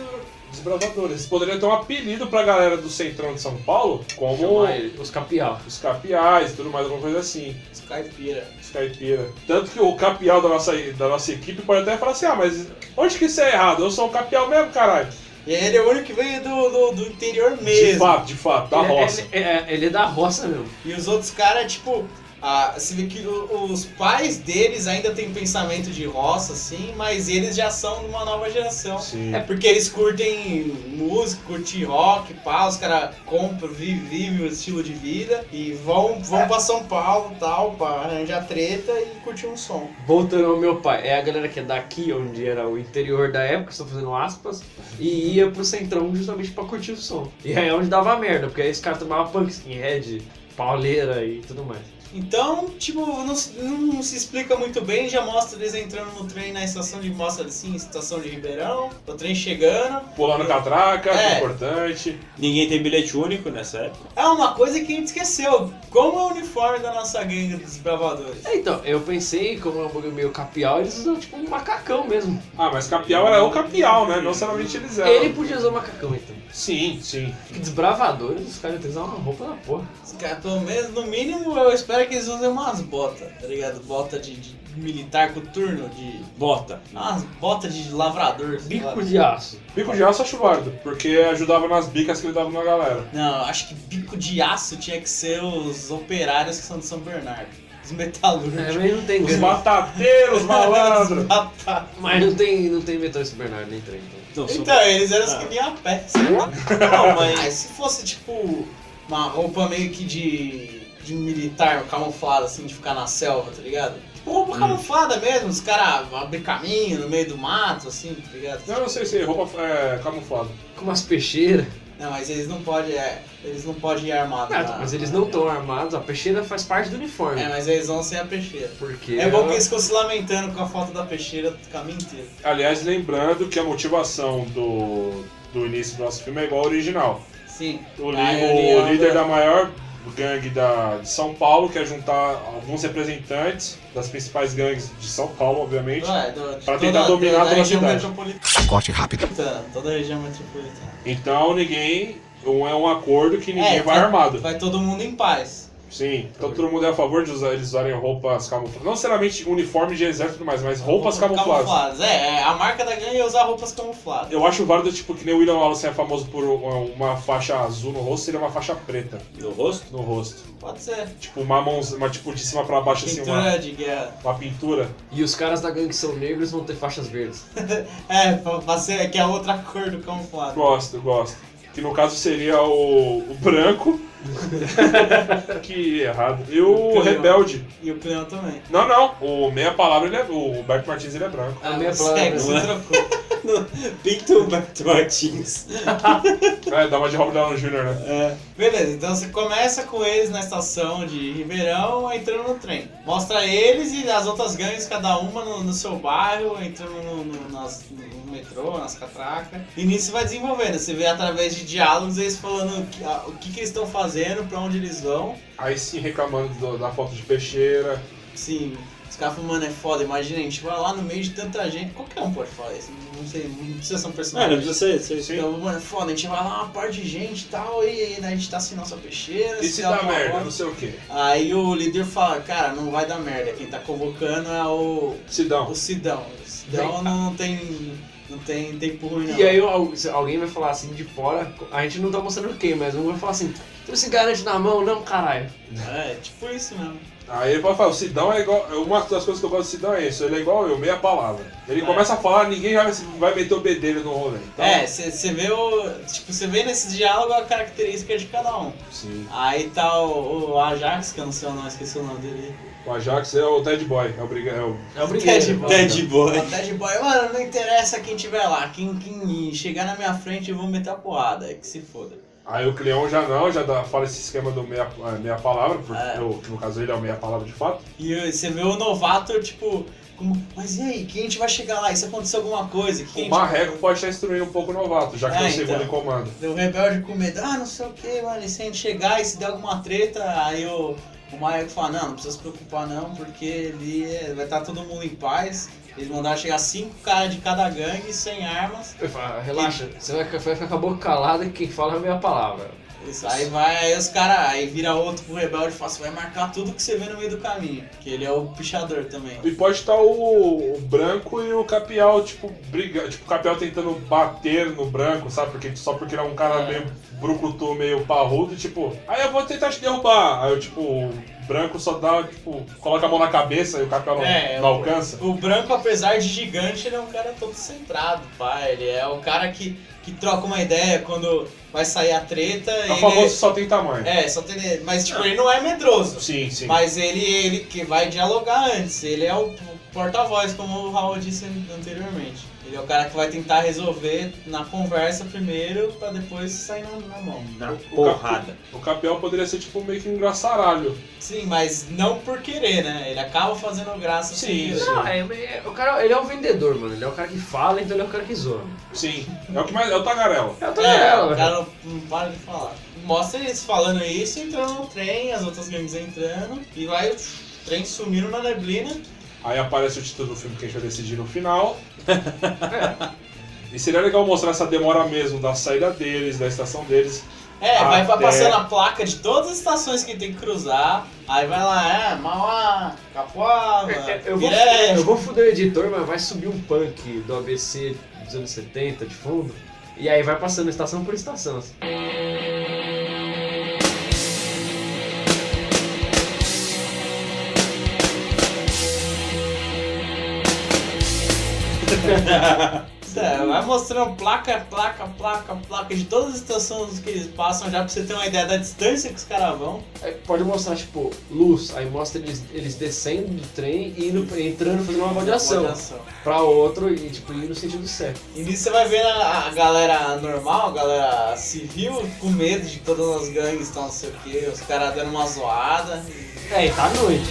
desbravadores. Poderia ter um apelido pra galera do centrão de São Paulo, como
Chamar ele, os capial.
os capiais e tudo mais, alguma coisa assim.
Os é caipira.
Os caipira. Tanto que o capial da nossa, da nossa equipe pode até falar assim, ah, mas onde que isso é errado? Eu sou o capial mesmo, caralho.
E ele é o único que veio do, do, do interior
De
mesmo.
fato, de fato, da
Ele é-
roça.
Ele, é, ele é da roça mesmo.
E os outros caras, tipo, Ah, você vê que o- os pais deles ainda têm pensamento de roça, assim, mas eles já são de uma nova geração. É porque eles curtem música, curtem rock, pá, os caras compram, vi- vivem o estilo de vida e vão, vão pra São Paulo e tal, pra arranjar treta e curtir um som.
Voltando ao meu pai, é a galera que é daqui, onde era o interior da época, estou fazendo aspas, e ia pro centrão justamente pra curtir o som. E aí é onde dava merda, porque aí esse cara tomava punk, skinhead, pauleira e tudo mais.
Então, tipo, não, se- não se explica muito bem, já mostra eles entrando no trem na estação de mostra assim, estação de Ribeirão, o trem chegando.
É.
Pulando catraca, que é
É.
importante.
Ninguém tem bilhete único nessa época.
É uma coisa que a gente esqueceu, como é o uniforme da nossa gangue dos bravadores.
É, Então, eu pensei, como é um bagulho meio capial, eles usam tipo um macacão mesmo.
Ah, mas capial era o capial, né? Não somente eles eram.
Ele podia usar macacão então.
Sim, sim.
Que desbravadores, os caras usavam uma roupa da porra.
Os caras, pelo menos, no mínimo, eu espero que eles usem umas botas, tá ligado? Bota de, de militar coturno, de...
Bota.
Umas botas de lavrador. sei lá.
Bico de aço.
Bico de aço é chuvardo, porque ajudava nas bicas que ele dava na galera.
Não, acho que bico de aço tinha que ser os operários que são de São Bernardo. Os
É,
metalúrgicos.
mas não tem
Os
grana.
batateiros, malandro!
Batata.
Mas não tem, não tem metrô em São Bernardo, nem trem. Então.
Então, sou-
Então, eles eram os
Ah.
que vinham a pé. sei lá.
Não,
Aí
mas
se fosse tipo uma roupa meio que de, de um militar camuflada, assim, de ficar na selva, tá ligado? Tipo
Hum.
roupa camuflada mesmo, os caras abrem caminho no meio do mato, assim, tá ligado?
Eu não sei se roupa é camuflada.
Com umas peixeiras.
Não, mas eles não podem é, eles não podem ir armados.
É,
Ah,
na-
mas eles não estão armados, a peixeira faz parte do uniforme.
É, mas eles vão sem a peixeira.
Porque
É bom que eles ficam se lamentando com a falta da peixeira o caminho inteiro.
Aliás, lembrando que a motivação do, do início do nosso filme é igual ao original.
Sim.
O, li-
Aí é
o
ele anda-
líder da maior gangue da, de São Paulo quer juntar alguns representantes das principais gangues de São Paulo, obviamente.
Ué, do- de
Pra
toda-
tentar dominar
da
toda a
região
cidade.
metropolitana.
Corte rápido.
Toda a região metropolitana.
Então ninguém. Um, é um acordo que ninguém
É,
vai armado.
Vai todo mundo em paz.
Sim. Então todo mundo é a favor de usar, eles usarem roupas camufladas. Não necessariamente uniforme de exército e tudo mais, mas roupas camufladas.
É, é, a marca da gangue é usar roupas camufladas.
Eu acho válido, tipo, que nem o William Wallace é famoso por uma, uma faixa azul no rosto, seria uma faixa preta
no rosto?
no rosto.
Pode ser.
Tipo, uma mão, uma, tipo, de cima pra baixo, assim,
Pintura
uma,
de guerra.
uma pintura.
E os caras da gangue que são negros vão ter faixas verdes.
É, pra- pra ser, que é outra cor do camuflado.
Gosto, gosto. Que no caso seria o, o branco. que errado. E o
Entendeu?
rebelde.
E o peão também.
Não, não. O meia palavra, ele é, o Roberto Martins, ele é branco.
A minha
você,
palavra-
você trocou.
Pinto Humberto Martins.
É, dá uma de Robert Downey Jr., né?
Beleza, então você começa com eles na estação de Ribeirão, entrando no trem. Mostra eles e as outras gangues, cada uma no, no seu bairro, entrando no, no- nas- no metrô, nas catracas. E nisso vai desenvolvendo. Você vê através de diálogos eles falando o que, a- o que que eles estão fazendo, pra onde eles vão.
Aí sim reclamando do- da falta de peixeira.
Sim, os caras falam, mano, é foda, imagina, a gente vai lá no meio de tanta gente, qualquer um pode falar isso, não sei, não precisa ser um
É, Não, não
personagem.
precisa ser, ser- ser.
Então, mano, é foda, a gente vai lá uma par de gente e tal, e, aí a gente tá sem nossa peixeira,
E se
der
dá
alguma
merda,
bosta.
não sei o quê.
Aí o líder fala, cara, não vai dar merda, quem tá convocando é o,
Sidão.
o Sidão. O Sidão não tem, não tem tempo ruim não.
E aí al- se alguém vai falar assim de fora, a gente não tá mostrando quem, mas um vai falar assim, tu se garante na mão, não, caralho.
É, tipo isso mesmo.
Aí ele vai falar, o Sidão é igual. Uma das coisas que eu gosto do Sidão é isso, ele é igual eu, meia palavra. Ele
É.
começa a falar, ninguém vai, vai meter o bedelho no rolê. Então,
É, você vê o. Tipo, você vê nesse diálogo a característica de cada um.
Sim.
Aí tá o, o Ajax, que eu não sei o nome, esqueci o nome dele.
O Ajax é o Ted Boy, é o, briga, é o
É
Ted
o brinquedo.
Boy.
Ted Boy.
O Ted Boy, mano, não interessa quem tiver lá. Quem, quem chegar na minha frente eu vou meter a porrada, é que se foda.
Aí o Cleon já não, já dá- fala esse esquema do meia, eh, meia palavra, porque
É.
eu- que no caso ele é o meia palavra de fato.
E você vê o novato, tipo, como, mas e aí, quem a gente vai chegar lá? E se acontecer alguma coisa? Quem
O
a gente-
Marreco pode estar instruindo um pouco o novato, já que
É,
é o segundo
então.
em comando.
O rebelde com medo, ah, não sei o que, mano, e se a gente chegar e se der alguma treta, aí o, o Maia fala, não, não precisa se preocupar não, porque ele é- vai estar todo mundo em paz. Eles mandaram chegar cinco caras de cada gangue, sem armas.
Ele fala, "Ah, Relaxa, você vai, vai ficar com a boca calada e quem fala é a minha palavra.
Isso, aí vai, aí os caras, aí vira outro pro rebelde e fala, você vai marcar tudo que você vê no meio do caminho. Que ele é o pichador também.
E pode estar o, o branco e o Capial, tipo, briga, tipo, o Capial tentando bater no branco, sabe? Porque, só porque ele é um cara
É.
meio brucutu, meio parrudo, tipo, aí eu vou tentar te derrubar. Aí eu, tipo, o branco só dá, tipo, coloca a mão na cabeça e o cara não,
É,
Então, não
o-
alcança.
O branco, apesar de gigante, ele é um cara todo centrado, pá. Ele é um cara que, que troca uma ideia quando vai sair a treta.
É
ele...
o famoso só tem tamanho.
né? É, só tem. Mas tipo, ele não é medroso.
Sim, sim.
Mas ele, ele que vai dialogar antes. Ele é o porta-voz, como o Raul disse anteriormente. Ele é o cara que vai tentar resolver na conversa primeiro, pra depois sair na, na mão.
Na
porrada. O Capel poderia ser tipo meio que um engraçaralho.
Sim, mas não por querer, né? Ele acaba fazendo graça. sem querer.
Não, é, é- o cara, ele é um vendedor, mano. Ele é o cara que fala, então ele é o cara que zoa.
Sim. É o que mais. É o Tagarela.
É o
É,
Tagarela.
o cara não, não para de falar. Mostra eles falando isso, entrando no trem, as outras gangues entrando, e vai o trem sumindo na neblina.
Aí aparece o título do filme que a gente vai decidir no final. É. E seria legal mostrar essa demora mesmo da saída deles, da estação deles.
É,
Ah,
vai pra-
Até-
passando a placa de todas as estações que tem que cruzar, aí vai lá, é, Mauá, Capoava,
É, Eu vou,
Guilherme.
eu vou foder o editor, mas vai subir um punk do ABC dos anos 70 de fundo. E aí vai passando estação por estação. assim.
É, vai mostrando placa, placa, placa, placa de todas as estações que eles passam, já pra você ter uma ideia da distância que os caras vão.
Aí pode mostrar, tipo, luz, aí mostra eles, eles descendo do trem e indo, entrando, fazendo uma rodeação
Rodeação.
pra outro e, tipo, ir no sentido certo.
E nisso você vai vendo a, a galera normal, a galera civil, com medo de todas as gangues, tal, não sei o que, os caras dando uma zoada.
É, e tá à noite.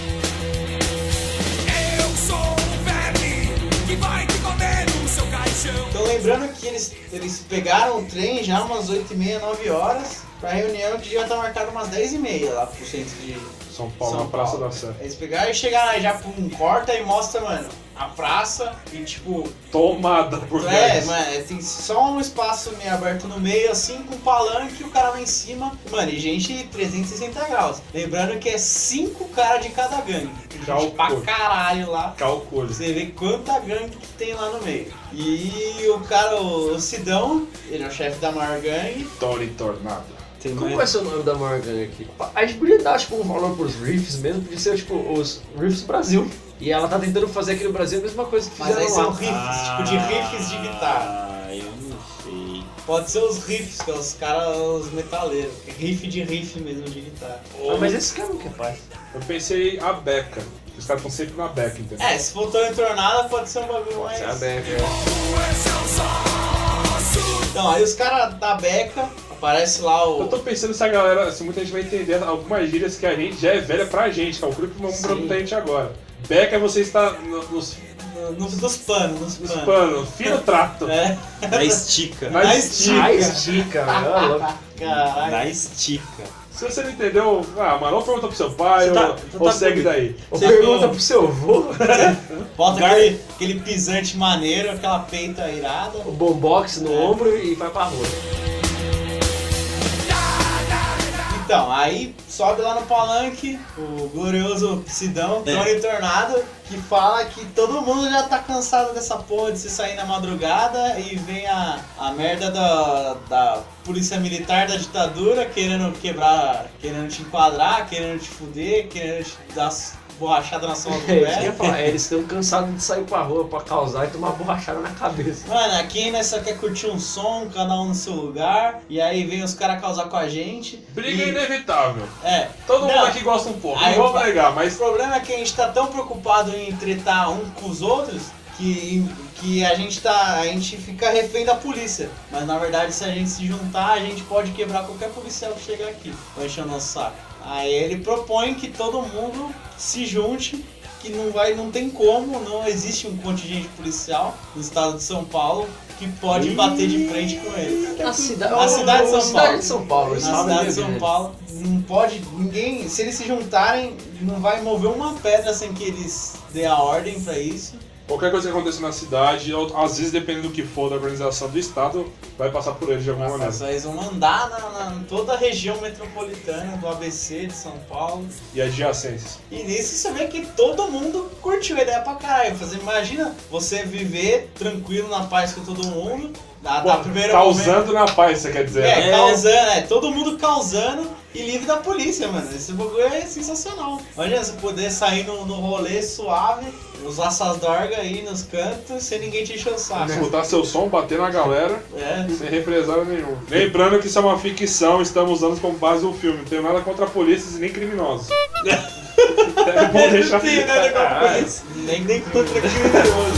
Eu sou o verme que vai te comer no seu caixão.
Então lembrando que eles, eles pegaram o trem já umas 8h30, 9 horas, pra reunião que já tá marcada umas 10h30 lá pro centro de
São Paulo,
São
na Praça
Paulo.
da Sé.
Eles pegaram e chegaram lá já pum, corta e mostra, mano, a praça e tipo.
Tomada por
É,
gangues.
mano, é, tem só um espaço meio aberto no meio, assim, com palanque e o cara lá em cima. Mano, e gente 360 graus. Lembrando que é cinco caras de cada gangue. Tem Gente pra
Calcule.
caralho lá.
Calcule.
Você vê quanta gangue que tem lá no meio. E o cara, o Sidão, ele é o chefe da maior gangue.
Tony Tornado.
Como vai ser o nome da Morgan aqui? A gente podia dar tipo, um valor pros riffs mesmo, podia ser tipo os riffs Brasil. E ela tá tentando fazer aqui no Brasil a mesma coisa que
é? Mas
fizeram
aí são
lá.
riffs, tipo de riffs de guitarra.
Ah, eu não sei.
Pode ser os riffs, que é os caras, os metaleiros. Riff de riff mesmo de guitarra.
Ah, mas esse
cara não quer paz.
Eu pensei a Beca. Os caras estão sempre na Beca, entendeu?
É, se for Tony Tornado, pode ser um bagulho mais.
Tá
ser a
é,
Beca.
Então, aí os caras da Beca, aparece lá o.
Eu tô pensando se a galera, se muita gente vai entender algumas gírias que a gente já é velha pra gente, calcula que vamos pra
Sim.
muita gente agora. Beca é você está no- nos,
nos, nos panos, nos
panos. Pano, fino trato.
É.
Na estica.
Na estica.
Na estica, velho.
Caralho.
Na estica.
Se você não entendeu, ah, mano, ou pergunta pro seu pai,
Você tá-
ou,
você
ou
tá
segue
comigo.
daí.
Ou pergunta pro seu avô.
Bota aquele, aquele pisante maneiro, aquela peita irada.
O bombox no ombro e vai pra rua.
Então, aí sobe lá no palanque o glorioso Sidão,
É.
Tony Tornado, que fala que todo mundo já tá cansado dessa porra de se sair na madrugada e vem a, a merda da, da polícia militar da ditadura querendo quebrar, querendo te enquadrar, querendo te fuder, querendo te dar s- borrachada na sua
É, isso que eu ia falar. É,
velha.
eles estão cansados de sair pra rua pra causar e tomar borrachada na cabeça.
Mano, aqui nós só quer curtir um som, cada um no seu lugar, e aí vem os caras causar com a gente.
Briga
e-
é inevitável.
É.
Todo mundo
Não.
aqui gosta um pouco,
Aí
não vamos
eu-
negar, mas
O problema é que a gente tá tão preocupado em tretar um com os outros que, que a gente tá. A gente fica refém da polícia. Mas na verdade se a gente se juntar, a gente pode quebrar qualquer policial que chegar aqui, vai encher o nosso saco. Aí ele propõe que todo mundo se junte, que não vai, não tem como, não existe um contingente policial no estado de São Paulo que pode bater de frente com ele.
Na cida-
Na cidade de São
cidade
Paulo.
de São Paulo,
Na
isso sabe
cidade de
mesmo,
São
né?
Paulo, não pode, ninguém, se eles se juntarem, não vai mover uma pedra sem que eles dê a ordem pra isso.
qualquer coisa que aconteça na cidade, ou- às vezes dependendo do que for da organização do Estado, vai passar por eles de alguma maneira.
Mas eles vão mandar na, na- em toda a região metropolitana do ABC de São Paulo.
E adjacências.
E nisso você vê que todo mundo curtiu a ideia pra caralho. Fazer, imagina você viver tranquilo na paz com todo
tá
mundo. Da, da primeira momento-
Causando na paz, você quer dizer?
É,
né?
causando, é, todo mundo causando. e livre da polícia, mano. Esse bagulho é sensacional. Imagina você poder sair no, no rolê suave, usar essas dorgas aí nos cantos, sem ninguém te encher o saco.
Escutar seu som, bater na galera,
É.
sem represário nenhum. Lembrando que isso é uma ficção, estamos usando como base o filme. Não tenho nada contra polícias e nem criminosos. É bom deixar
Não tem nada contra polícia. Nem, nem contra criminoso.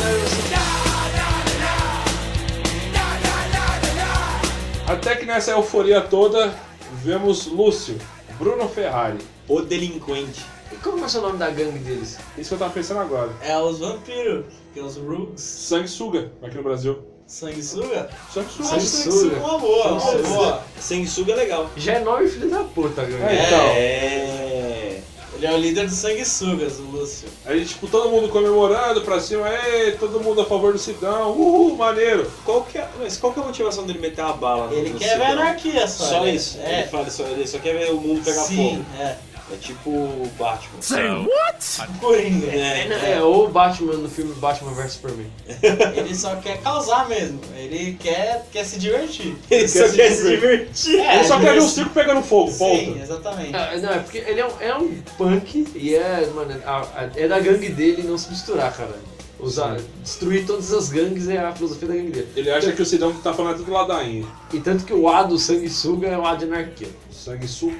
Até que nessa euforia toda, vemos Lúcio, Bruno Ferrari.
O delinquente.
E como vai ser o nome da gangue deles?
Isso que eu tava pensando agora.
É os vampiros, que é os Rooks.
Sanguessuga, aqui no Brasil.
Sanguessuga?
Sanguessuga.
Acho que Sanguessuga é uma boa, uma
Sanguessuga.
boa.
Sanguessuga é legal.
Já é nome filho da puta, gangue.
É, então.
É.
Ele é o líder dos sanguessugas, o Lúcio.
Aí, tipo, todo mundo comemorando pra cima, ei, todo mundo a favor do Sidão, uhul, maneiro.
Qual que é, mas qual que é a motivação dele meter a bala? no-
Ele
no
quer ver a
cidadão?
anarquia só.
Só
ele-
isso.
É.
Ele, fala, só, ele só quer ver o mundo pegar
Sim,
fogo.
é.
É tipo o Batman.
O Coringa.
É.
É, ou Batman no filme Batman vs Superman.
é, Ele só quer causar mesmo. Ele quer, quer se divertir.
Ele só
se
quer se divertir.
É,
Ele só quer ver o
diversão.
circo pegando fogo,
Sim,
ponto.
exatamente.
Ah, Não, é porque ele é um, é um punk e é, mano, a- a- é da gangue dele não se misturar, cara. Usar, destruir todas as gangues é a filosofia da gangue dele.
Ele acha que o Sidão tá falando é tudo ladainha.
E tanto que o A do sanguessuga é o A de anarquia.
Sanguessuga.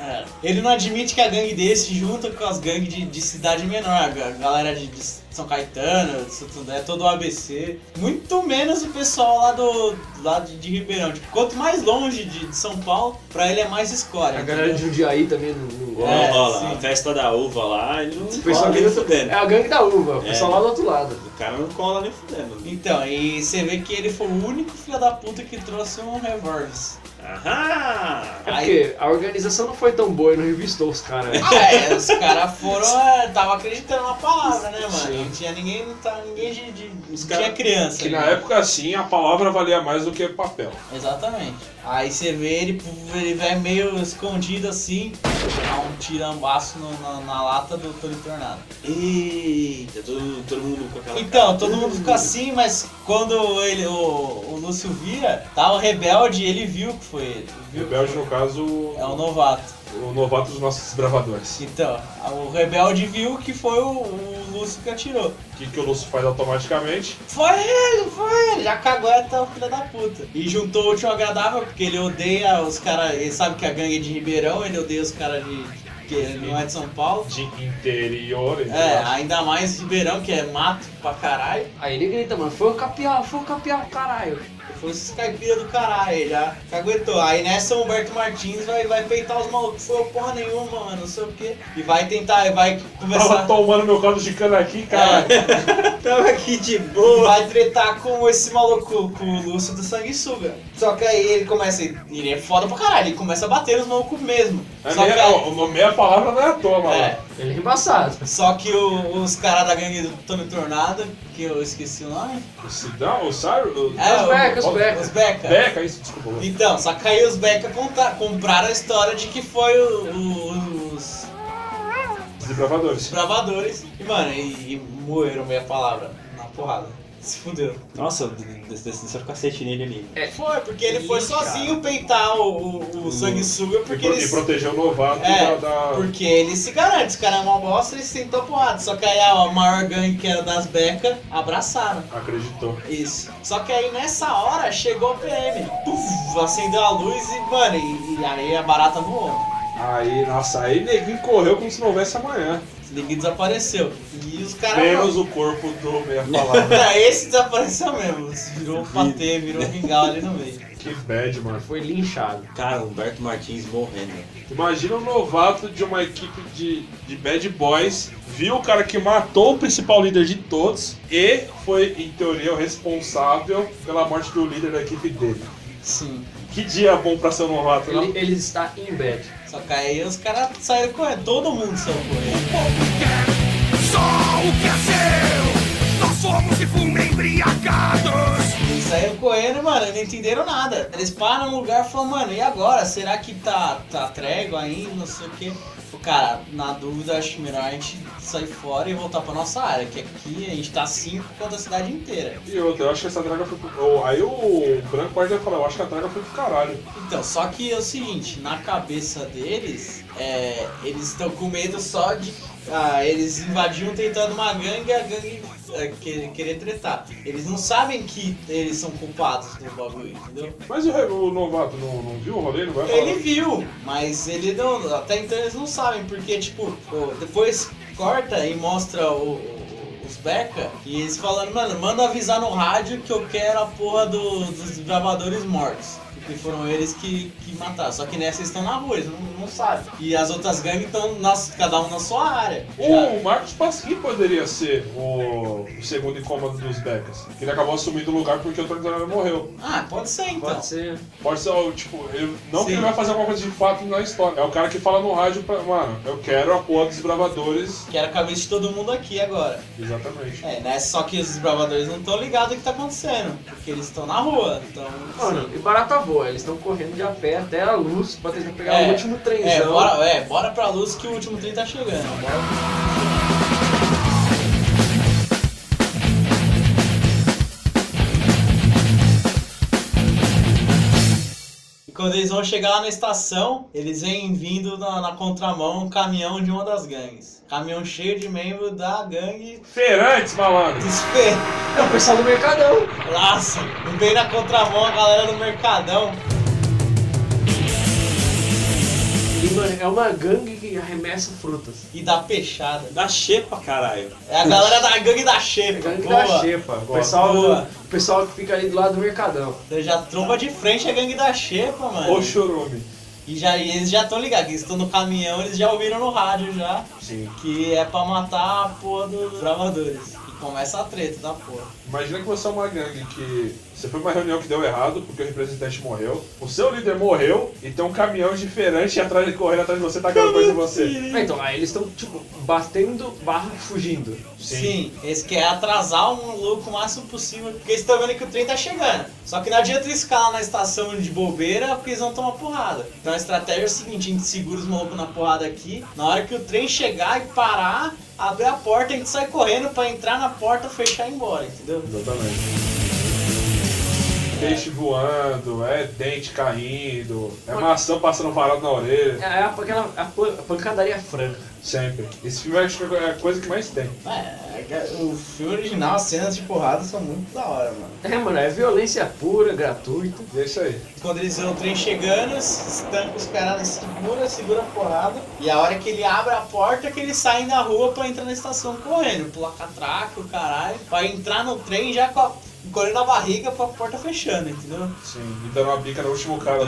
É. Ele não admite que a gangue dele se junta com as gangues de, de cidade menor, a ga- galera de, de São Caetano, de Santander, todo o ABC. Muito menos o pessoal lá do lá de, de Ribeirão. Tipo, quanto mais longe de, de São Paulo, pra ele é mais escória.
A galera de
entendeu?
Jundiaí também não, não
Não
gosta.
É,
rola.
sim.
A festa da uva lá, ele não
O pessoal
cola
que
nem
luta- É
fudendo.
a gangue da uva, o pessoal
É.
lá do outro lado.
O cara não cola nem fudendo.
Então, e você vê que ele foi o único filho da puta que trouxe um revólver.
Aham!
É
Aí-
porque a organização não foi tão boa e não revistou os caras. né?
Ah, é, os caras foram. é, Tava acreditando na palavra, né, mano? Não tinha ninguém, não tava ninguém de. de
Os
não tinha
cara-
criança.
Que
né?
na época, assim, a palavra valia mais do que papel.
Exatamente. Aí você vê ele, ele vai meio escondido assim, dá um tirambaço no- na, na lata do Tony Tornado.
Eita, todo, todo mundo com aquela.
Então,
cara.
todo mundo ficou assim, mas quando ele, o, o Lúcio via, tá o rebelde, ele viu que foi ele. Viu que
Rebelde,
foi.
no caso,
É o novato.
o novato dos nossos desbravadores.
Então, o rebelde viu que foi o, o Lúcio que atirou.
O que, que o Lúcio faz automaticamente?
Foi ele, foi ele, já cagueta o filho da puta. E juntou o último agradável, porque ele odeia os caras, ele sabe que a gangue é de Ribeirão, ele odeia os caras de. que não é de São Paulo.
De interior, entre
É,
aspas.
ainda mais Ribeirão, que é mato pra caralho.
Aí ele grita, mano, foi o capial, foi o capial, caralho.
Foi esses caipira do caralho, ele já caguetou. Aí nessa o Humberto Martins vai, vai peitar os malucos, falou porra nenhuma, mano, não sei o quê. E vai tentar, vai
Tava
começar.
tomando meu caldo de cana aqui, cara.
É.
Tava aqui de
E
boa.
vai tretar com esse maluco, com o Lúcio do Sanguessuga. Só que aí ele começa, ele é foda pra caralho, ele começa a bater nos malucos mesmo.
É,
Só que,
meia,
aí-
ó, meia palavra não é à toa, mano.
é,
Ele é embaçado.
só que o- os caras da gangue do Tony Tornado, que eu esqueci o nome.
O Sidão, o Cyrus, o
É,
os
o-
Beca, os
os
Beca.
Os Beca.
Beca, isso, desculpa.
Então, só que aí os Beca conta- compraram a história de que foi o- o- os
Os desbravadores.
bravadores. E, mano, e, e moeram meia palavra na porrada. Se fuderam.
Nossa, desceu o cacete nele ali.
Foi, porque ele foi
Ih,
sozinho peitar o, o, o sanguessuga,
E,
porque
pro,
ele
e proteger o novato
É,
da. da-
Porque ele se garante, os caras é uma bosta, eles sentam porrada. Só que aí a maior gangue que era das becas, abraçaram.
Acreditou.
Isso. Só que aí nessa hora chegou o PM. Puf, acendeu a luz e, mano, e, e aí a barata voou.
Aí, nossa, aí neguinho correu como se não houvesse amanhã.
Ninguém desapareceu. E os caras.
Menos o corpo do meia palavra.
Cara, esse desapareceu mesmo. Virou um patê, virou um mingau ali no meio.
que bad, mano.
Foi linchado.
Cara, Humberto Martins morrendo.
Imagina um novato de uma equipe de, de bad boys, viu o cara que matou o principal líder de todos e foi, em teoria, o responsável pela morte do líder da equipe dele.
Sim.
Que dia bom pra ser um novato, né?
Ele, ele está em bed.
Só que aí os caras saíram correndo. Todo mundo saiu correndo.
Só o que é seu, nós somos de fundo embriagados.
Eles saíram correndo e, mano, não entenderam nada. Eles param no lugar e falam, mano, e agora? Será que tá, tá trégua ainda? Não sei o quê. O cara, na dúvida, acho melhor a gente sair fora e voltar pra nossa área, que aqui a gente tá 5 contra a cidade inteira.
E outra, eu acho que essa draga foi pro. oh, aí o Branco Paz vai falar, eu acho que a draga foi pro caralho.
Então, só que é o seguinte, na cabeça deles, é, eles estão com medo só de. Ah, eles invadiam tentando uma gangue e a gangue é, que- querer tretar. Eles não sabem que eles são culpados do bagulho, entendeu?
Mas o, re- o novato não, não viu o rolê? Não vai falar?
Ele viu, mas ele não. Até então eles não sabem, porque tipo, o- depois corta e mostra o- o- os Beca e eles falando, mano, manda avisar no rádio que eu quero a porra do- dos gravadores mortos. Porque foram eles que, que mataram. Só que nessa eles estão na rua, eles não, não sabem. E as outras gangues estão nas- cada um na sua área.
Uh!
Já-
O Marcos Pasquim poderia ser o, o segundo em comando dos Becas. Que ele acabou assumindo o lugar porque o Tony Tornado morreu.
Ah, pode ser então.
Pode ser.
Pode ser, ó, tipo, ele, não que
Sim.
ele vai fazer alguma coisa de fato na história. É o cara que fala no rádio pra. Mano, eu quero a porra dos bravadores.
Que era a cabeça de todo mundo aqui agora.
Exatamente.
É, né? Só que os desbravadores não estão ligados no que tá acontecendo. Porque eles estão na rua. Então.
Mano, e barata voa, eles estão correndo de a pé até a luz pra tentar pegar o último trenzão.
É bora, é, bora pra luz que o último trem tá chegando. Bora. E Quando eles vão chegar lá na estação, eles vêm vindo na, na contramão um caminhão de uma das gangues. Caminhão cheio de membro da gangue.
Feirantes, malandro!
Espe-
É o pessoal do Mercadão.
Nossa, vem na contramão a galera do Mercadão.
E, mano, é uma gangue que arremessa frutas.
E da peixada.
Da xepa, caralho.
É a galera da gangue da xepa.
É Gangue da
boa.
Xepa. O
Boa.
pessoal,
Boa.
o pessoal que fica ali do lado do Mercadão.
Então já tromba de frente a gangue da Xepa, mano.
Ô chorume.
E já e eles já estão ligados, que eles estão no caminhão, eles já ouviram no rádio já.
Sim.
Que é pra matar a porra dos gravadores. E começa a treta da porra.
Imagina que você é uma gangue que você foi pra uma reunião que deu errado porque o representante morreu, o seu líder morreu e tem um caminhão de feirante atrás, correndo atrás de você tacando coisa em você.
Ah, Então, aí eles estão, tipo, batendo barra fugindo.
Sim. eles querem atrasar o maluco o máximo possível, porque eles estão vendo que o trem tá chegando. Só que não adianta eles ficar lá na estação de bobeira, porque eles vão tomar porrada. Então a estratégia é o seguinte, a gente segura os malucos na porrada aqui, na hora que o trem chegar e parar, abrir a porta, a gente sai correndo pra entrar na porta, fechar e ir embora, entendeu?
Exatamente. Peixe voando, é dente caindo, é maçã passando varado na orelha.
É é aquela a pan- a pancadaria franca.
Sempre. Esse filme eu acho que é a coisa que mais tem.
É, o filme original, as cenas de porrada são muito da hora, mano.
É, mano, é violência pura, gratuita.
E é isso aí.
Quando eles vêem o trem chegando, estanca os caras, segura, segura a porrada. E a hora que ele abre a porta, é que eles saem da rua pra entrar na estação correndo. Pula catraca, o caralho. Pra entrar no trem já com a, encolhendo a barriga com a porta fechando, entendeu?
Sim. E dando uma bica no último cara
É.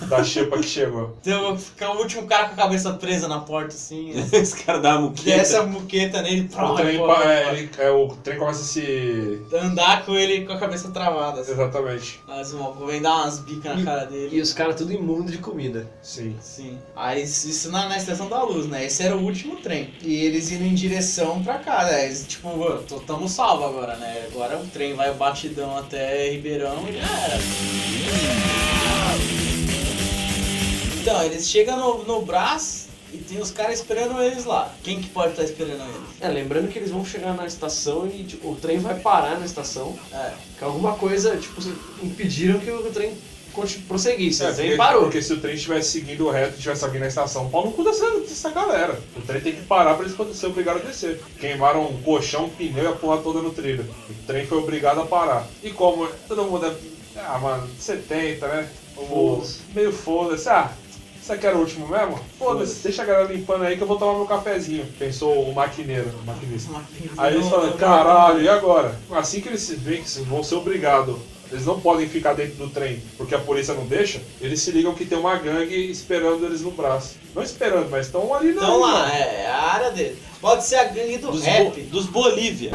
da, da xepa que chegou.
Então fica o último cara com a cabeça presa na porta, assim.
Esse cara dá a muqueta.
Desce a muqueta nele,
O
pronto.
trem, pa-
né,
é, ele- é, o trem começa a se.
Andar com ele com a cabeça travada, assim.
Exatamente.
Mas o maluco vem dar umas bicas na cara dele.
E os caras tudo imundo de comida.
Sim.
Sim. Aí isso isso na, na estação da luz, né? Esse era o último trem. E eles indo em direção pra cá, né? Eles, tipo, "Ô, tô- tamo salvo agora, né? Agora o trem vai batidão até Ribeirão e já era. Então, eles chegam no, no Brás e tem os caras esperando eles lá. Quem que pode estar esperando eles?
É, lembrando que eles vão chegar na estação e, tipo, o trem vai parar na estação.
É.
Que alguma coisa, tipo, impediram que o trem conti- prosseguisse.
É,
o trem
porque,
parou.
porque se o trem estivesse seguindo reto, estivesse alguém na estação, pau no cu dessa, dessa galera. O trem tem que parar pra eles poderem ser obrigados a descer. Queimaram um colchão, um pneu e a porra toda no trilho. O trem foi obrigado a parar. E como todo mundo é. Ah, mano, 70, né? O,
Foda-se.
meio foda-se. Ah, isso aqui era o último mesmo? Foda-se, deixa a galera limpando aí que eu vou tomar meu cafezinho. Pensou o maquineiro, o maquinista. Aí eles falam, caralho, e agora? Assim que eles veem que vão ser obrigados, eles não podem ficar dentro do trem porque a polícia não deixa, eles se ligam que tem uma gangue esperando eles no braço. Não esperando, mas estão ali na
Então lá,
rua.
é, é a área dele. Pode ser a gangue do
Dos,
rap.
Bo- dos Bolívia.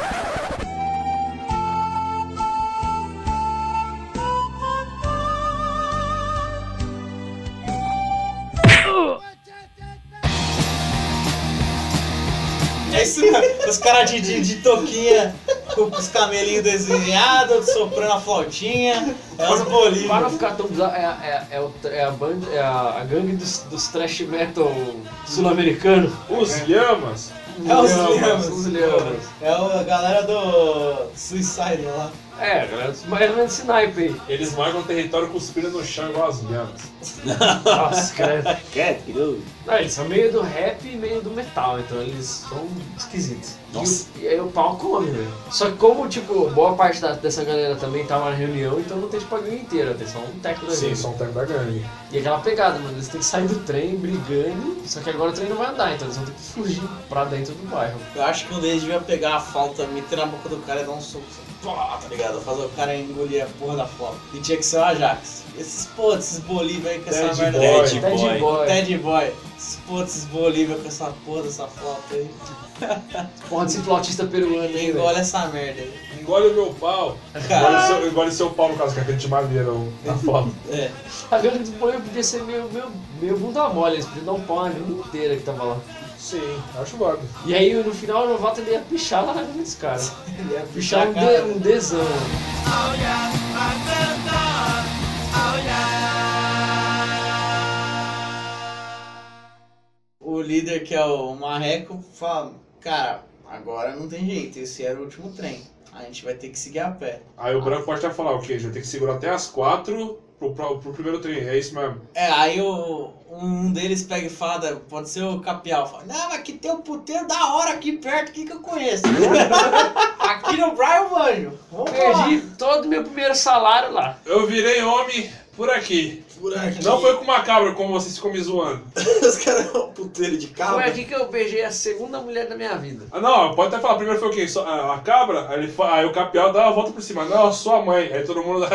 É isso mesmo. Os caras de, de, de toquinha, com os camelinhos desenhados, soprando a flautinha. É
um
os bolinhos.
Para não ficar tão bizarro, é, é, é, o- é a, band, é a, a gangue dos, dos trash metal sul-americano.
Os Lhamas?
É os Lhamas.
Os Lhamas.
É a galera do Suicide lá.
É, mais ou menos esse naipe aí.
Eles marcam o território cuspindo no chão igual as lhamas.
Nossa, credo.
Credo, que doido.
Não, eles são meio do rap e meio do metal, então eles são esquisitos.
Nossa.
E, o- e aí o pau come, velho. Só que como, tipo, boa parte da- dessa galera também tava na reunião, então não tem tipo a gangue inteira, tem só um teco da
Sim,
gangue.
são técnicos da gangue.
E aquela pegada, mano, eles têm que sair do trem brigando, só que agora o trem não vai andar, então eles vão ter que fugir pra dentro do bairro.
Eu acho que um deles devia pegar a falta, meter na boca do cara e dar um soco. assim, Pá, tá ligado? Fazer o cara engolir a porra da flauta. E tinha que ser o Ajax. Esses porra, esses Bolívia aí com essa
Ted
merda.
Boy.
Ted
Ted
Boy.
Boy.
Ted Boy. Esses porra, esses Bolívia com essa porra dessa flauta aí.
Porra, desse flautista peruano aí, velho.
Engole essa merda né? aí.
Engole o meu pau. Engole seu, engole seu pau no caso, que é aquele de madeira o- na foto.
É.
A gangue do banheiro tipo, podia ser meio, meio, meio bunda mole, eles podiam dar um pau na gangue inteira que tava lá.
Sim, acho válido.
E aí no final o novato ele ia pichar lá na gangue dos caras.
Ele ia puxar
Pichar um,
a cara.
de, um desão.
O líder, que é o Marreco, fala: Cara, agora não tem jeito. Esse era o último trem. A gente vai ter que seguir a pé.
Aí o branco pode até falar o quê? Já tem que segurar até as quatro pro, pro, pro primeiro trem. É isso mesmo.
É, aí o, um deles pega e fala, pode ser o Capial, fala, não, mas que tem um puteiro da hora aqui perto, que que eu conheço? aqui no Brian Manjo. Vamos lá.
Perdi todo o meu primeiro salário lá.
Eu virei homem por aqui.
Por aqui.
Não foi com uma cabra como vocês ficam me zoando.
Os caras é um puteiro de
Foi
cabra.
aqui que eu beijei a segunda mulher da minha vida.
Ah, não, pode até falar. Primeiro foi o quê? Só- a, a cabra? Aí, ele fa- aí o capial dá uma volta por cima. Não, sua mãe. Aí todo mundo.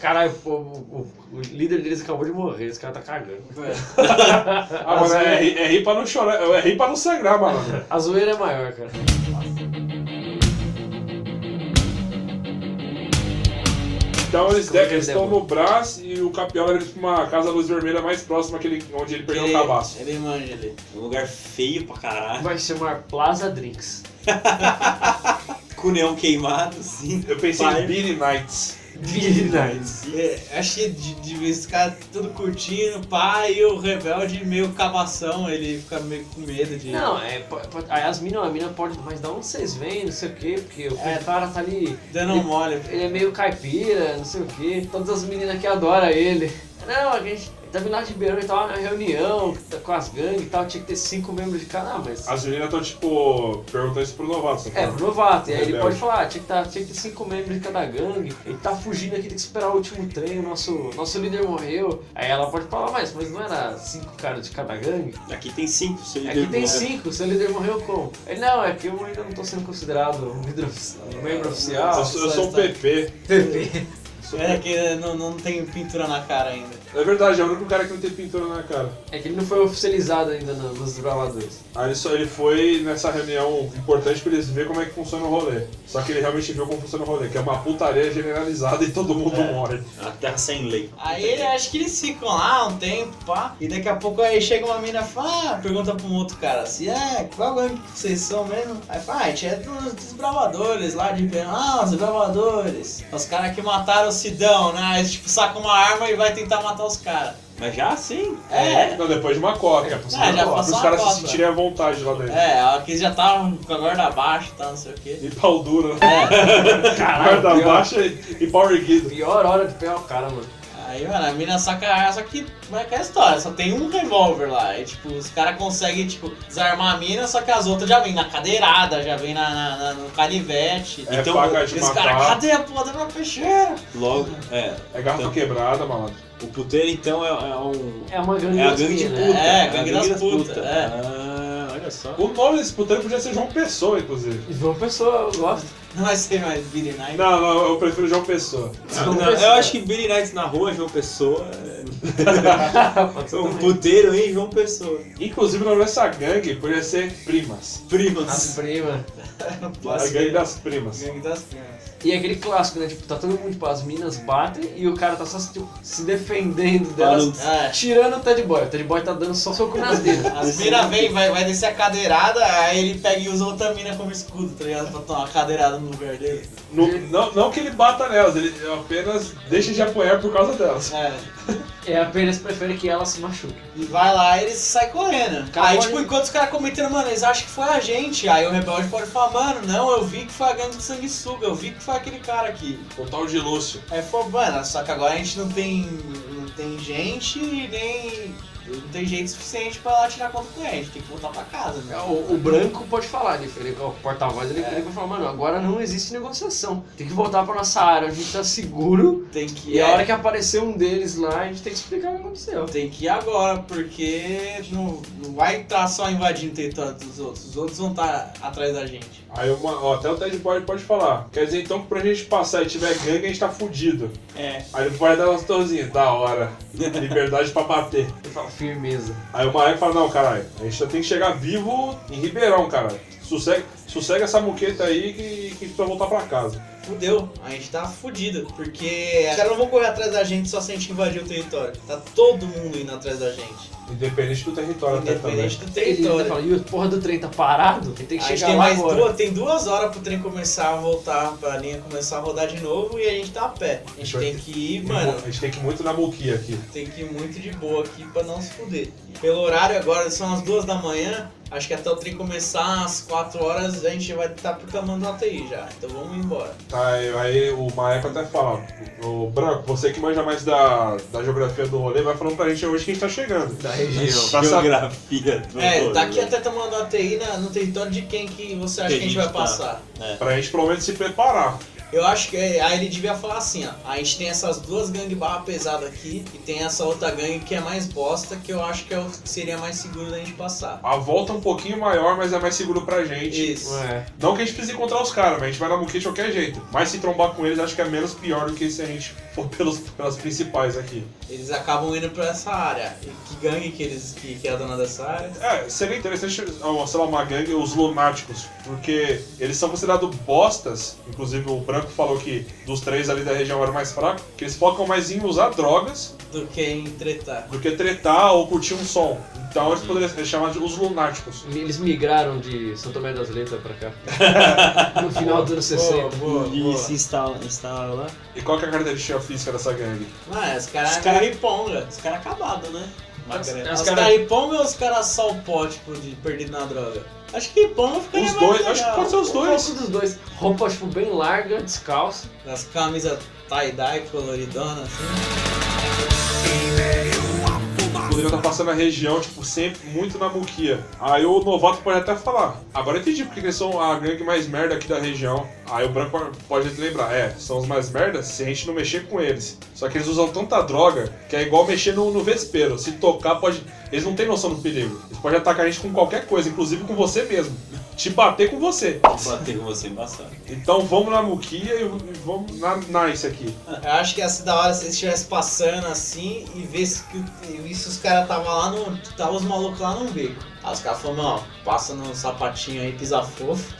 Caralho, o, o- o líder deles acabou de morrer, esse cara tá cagando.
Ah, mano, é, ri- é rir pra não chorar, é rir pra não sangrar, mano.
A zoeira é maior, cara.
Então eles
Como é que ele
estão
leva?
no Brás e o Capiola era tipo uma casa luz vermelha mais próxima que ele- onde ele perdeu o cabaço.
Ele manja ali.
Um lugar feio pra caralho.
Vai chamar Plaza Drinks.
Com neon queimado, assim. sim.
Eu pensei
Vai.
em Billy Knights.
Billy Nights.
É, acho que de, de vez esse cara tudo curtindo, pá, e o rebelde meio cabação, ele fica meio com medo de.
Não, é. po- po- Aí as minas, a mina pode. Mas da onde vocês vêm? Não sei o quê, porque o
É.
cara tá ali.
Dando
ele,
mole.
ele é meio caipira, não sei o quê. Todas as meninas que adoram ele. Não, a gente. Tá vindo lá de Ribeirão e tava na reunião tá com as gangues e tal, tinha que ter cinco membros de cada, ah, mas.
As meninas estão tipo perguntando isso pro novato. sabe?
É, pro novato. E aí ele
Rebelde.
pode falar, ah, tinha que, tá, tinha que ter cinco membros de cada gangue, ele tá fugindo aqui, tem que esperar o último trem, o nosso, nosso líder morreu. Aí ela pode falar, mas, mas não era cinco caras de cada gangue?
Aqui tem cinco, seu líder
Aqui tem
morreu.
cinco, seu líder morreu como? Ele, não, é que eu ainda não tô sendo considerado um, líder, ofici- um membro oficial.
Eu sou, um eu sou o PP.
É que não, não tem pintura na cara ainda.
É verdade, é o único cara que não tem pintura na cara.
É que ele não foi oficializado ainda no- nos bravadores.
Aí ele, só, ele foi nessa reunião importante pra eles verem como é que funciona o rolê. Só que ele realmente viu como funciona o rolê, que é uma putaria generalizada e todo mundo
É.
morre.
A terra sem lei.
Aí ele- acho que eles ficam lá um tempo, pá. E daqui a pouco aí chega uma mina e fala, ah, pergunta pra um outro cara assim, é, qual gangue que vocês são mesmo? Aí fala, ah, a gente é dos, dos bravadores lá de Ribeirão. Ah, os bravadores. Os caras que mataram o Sidão, né? Aí tipo, saca uma arma e vai tentar matar os caras.
Mas já sim.
É,
Não, depois de uma coca.
Ah, já
Para
passou
os
uma
caras
coca.
se sentirem à vontade lá dentro.
é, aqui já estavam com a guarda baixa, tá, não sei o quê.
E pau duro, né?
É.
Guarda
pior.
baixa e e pau erguido.
Pior hora de pegar o cara, mano.
Aí, mano, a mina saca a arma, só que não é aquela história, só tem um revólver lá. E, tipo, os caras conseguem, tipo, desarmar a mina, só que as outras já vem na cadeirada, já vem na, na- na- no canivete.
É
Então,
faca de
Os caras,
matar,
cadê a porra da minha peixeira?
Logo, é.
é garrafa
Então,
quebrada, malandro.
O puteiro então é, é um.
É uma gangue,
É a
das
gangue de
minas,
puta.
né?
É,
a
gangue das puta, é.
Ah, olha só.
O nome desse puteiro podia ser João Pessoa, inclusive.
E João Pessoa, eu gosto.
Não vai ser mais é Billy Knight.
Não, não, eu prefiro João Pessoa.
Não, não, eu acho que Billy Knight na rua, João Pessoa. é- um puteiro em João Pessoa.
Inclusive, o nome dessa gangue podia ser Primas.
Primas.
As primas.
A gangue das primas.
Gangue das Primas.
E é aquele clássico, né? Tipo, tá todo mundo, tipo, as minas batem e o cara tá só tipo, se defendendo delas,
Ah, é.
tirando o Ted Boy. O Ted Boy tá dando só soco nas delas.
As mina vem, vai, vai descer a cadeirada, aí ele pega e usa outra mina como escudo, tá ligado? Pra tomar uma cadeirada no lugar dele.
Não, não, não que ele bata nelas, ele apenas deixa de apoiar por causa delas.
É.
É apenas prefere que ela se machuque.
E vai lá e ele sai correndo.
Acabou
aí, tipo,
ali.
enquanto os caras comentando, mano, eles acham que foi a gente. Aí o rebelde pode falar, mano, não, eu vi que foi a gangue do sanguessuga, eu vi que foi aquele cara aqui.
O tal de Lúcio.
Aí falou, mano, só que agora a gente não tem. não tem gente e nem. Não tem gente suficiente pra lá tirar conta com a gente, tem que voltar pra casa, né?
É, O, o branco pode falar, ele, ele, o porta-voz ele, ele pode falar, mano, agora não existe negociação. Tem que voltar pra nossa área, a gente tá seguro.
Tem que
E
é,
a hora que aparecer um deles lá, a gente tem que explicar o que aconteceu.
Tem que ir agora, porque não, não vai estar só invadindo o território dos outros. Os outros vão estar atrás da gente.
Aí uma- ó, até o Ted Boyd pode falar. Quer dizer então que pra gente passar e tiver gangue, a gente tá fudido.
É.
Aí ele vai dar umas torzinhas, da hora. Liberdade pra bater.
Ele fala, firmeza.
Aí o Maia fala, não, caralho, a gente só tem que chegar vivo em Ribeirão, caralho. Sossega, sossega essa muqueta aí que, que a gente vai voltar pra casa.
Fudeu, a gente tá fudido, porque os caras não vão correr atrás da gente só se a gente invadir o território. Tá todo mundo indo atrás da gente.
Independente do território até também.
Independente do
Ele ainda
território.
fala, e o porra do trem tá parado? Ele tem que
a gente né?
chegar
tem
lá
mais
agora.
duas, tem duas horas pro trem começar a voltar, pra linha começar a rodar de novo e a gente tá a pé. A gente tem que ir, mano,
A gente tem que ir muito na muquia aqui.
tem que ir muito de boa aqui pra não se fuder. Pelo horário agora, são as duas da manhã, acho que até o trem começar às quatro horas a gente vai estar tá proclamando na TI já. Então vamos embora.
Tá, aí o Maeco até fala, tipo, ô Branco, você que manja mais da, da geografia do rolê, vai falando pra gente hoje que a gente tá chegando.
Da região.
Pra saber-
Geografia do
É,
rolê.
daqui até tá mandando a TI na- no território de quem que você acha que, a gente vai
tá-
passar.
É.
pra gente pelo menos se preparar.
Eu acho que é, aí ele devia falar assim, ó. A gente tem essas duas gangue barra pesada aqui e tem essa outra gangue que é mais bosta, que eu acho que é o que seria mais seguro da gente passar.
A volta é um pouquinho maior, mas é mais seguro pra gente.
Isso.
Ué.
Não que a gente precise encontrar os caras, mas a gente vai na muquia de qualquer jeito. Mas se trombar com eles, acho que é menos pior do que se a gente for pelos, pelas principais aqui.
Eles acabam indo pra essa área. E que gangue que eles que, que é a dona dessa área?
É, seria interessante, ó, sei lá, uma gangue, os lunáticos, porque eles são considerados bostas, inclusive o Branco falou que dos três ali da região era o mais fraco, que eles focam mais em usar drogas
Do que em tretar.
do que tretar ou curtir um som. Então eles poderiam ser chamados de os lunáticos.
Eles migraram de São Tomé das Letras pra cá. No final dos anos 60.
Boa, boa,
E
boa.
se instala, instala lá.
E qual que é a característica física dessa gangue?
Mano, é, os caras
Os cara-
riponga. Os caras acabados, né?
Os-
Os
os
caras
cara-
riponga ou os caras só o pó, tipo, de perdido na droga? Acho que riponga fica
Os dois, acho que pode ser os
Um
dois.
pouco dos dois. Roupa, tipo, bem larga, descalço.
um-
As camisas tie-dye coloridona, assim.
Poderia estar tá passando a região, tipo, sempre muito na muquia. Aí o novato pode até falar. Agora eu entendi porque que eles são a gangue mais merda aqui da região. Aí o branco pode até lembrar, é, são os mais merda se a gente não mexer com eles. Só que eles usam tanta droga que é igual mexer no, no vespeiro. Se tocar, pode. Eles não têm noção do perigo. Eles podem atacar a gente com qualquer coisa, inclusive com você mesmo. Te bater com você.
Vou bater com você embaçado.
Então vamos na muquia e, e vamos na nice aqui.
Eu acho que ia ser da hora se eles estivessem passando assim e ver se, que- e se os caras estavam lá no. Tava os malucos lá no beco. Aí os caras falaram, mano, passa no sapatinho aí, pisa fofo.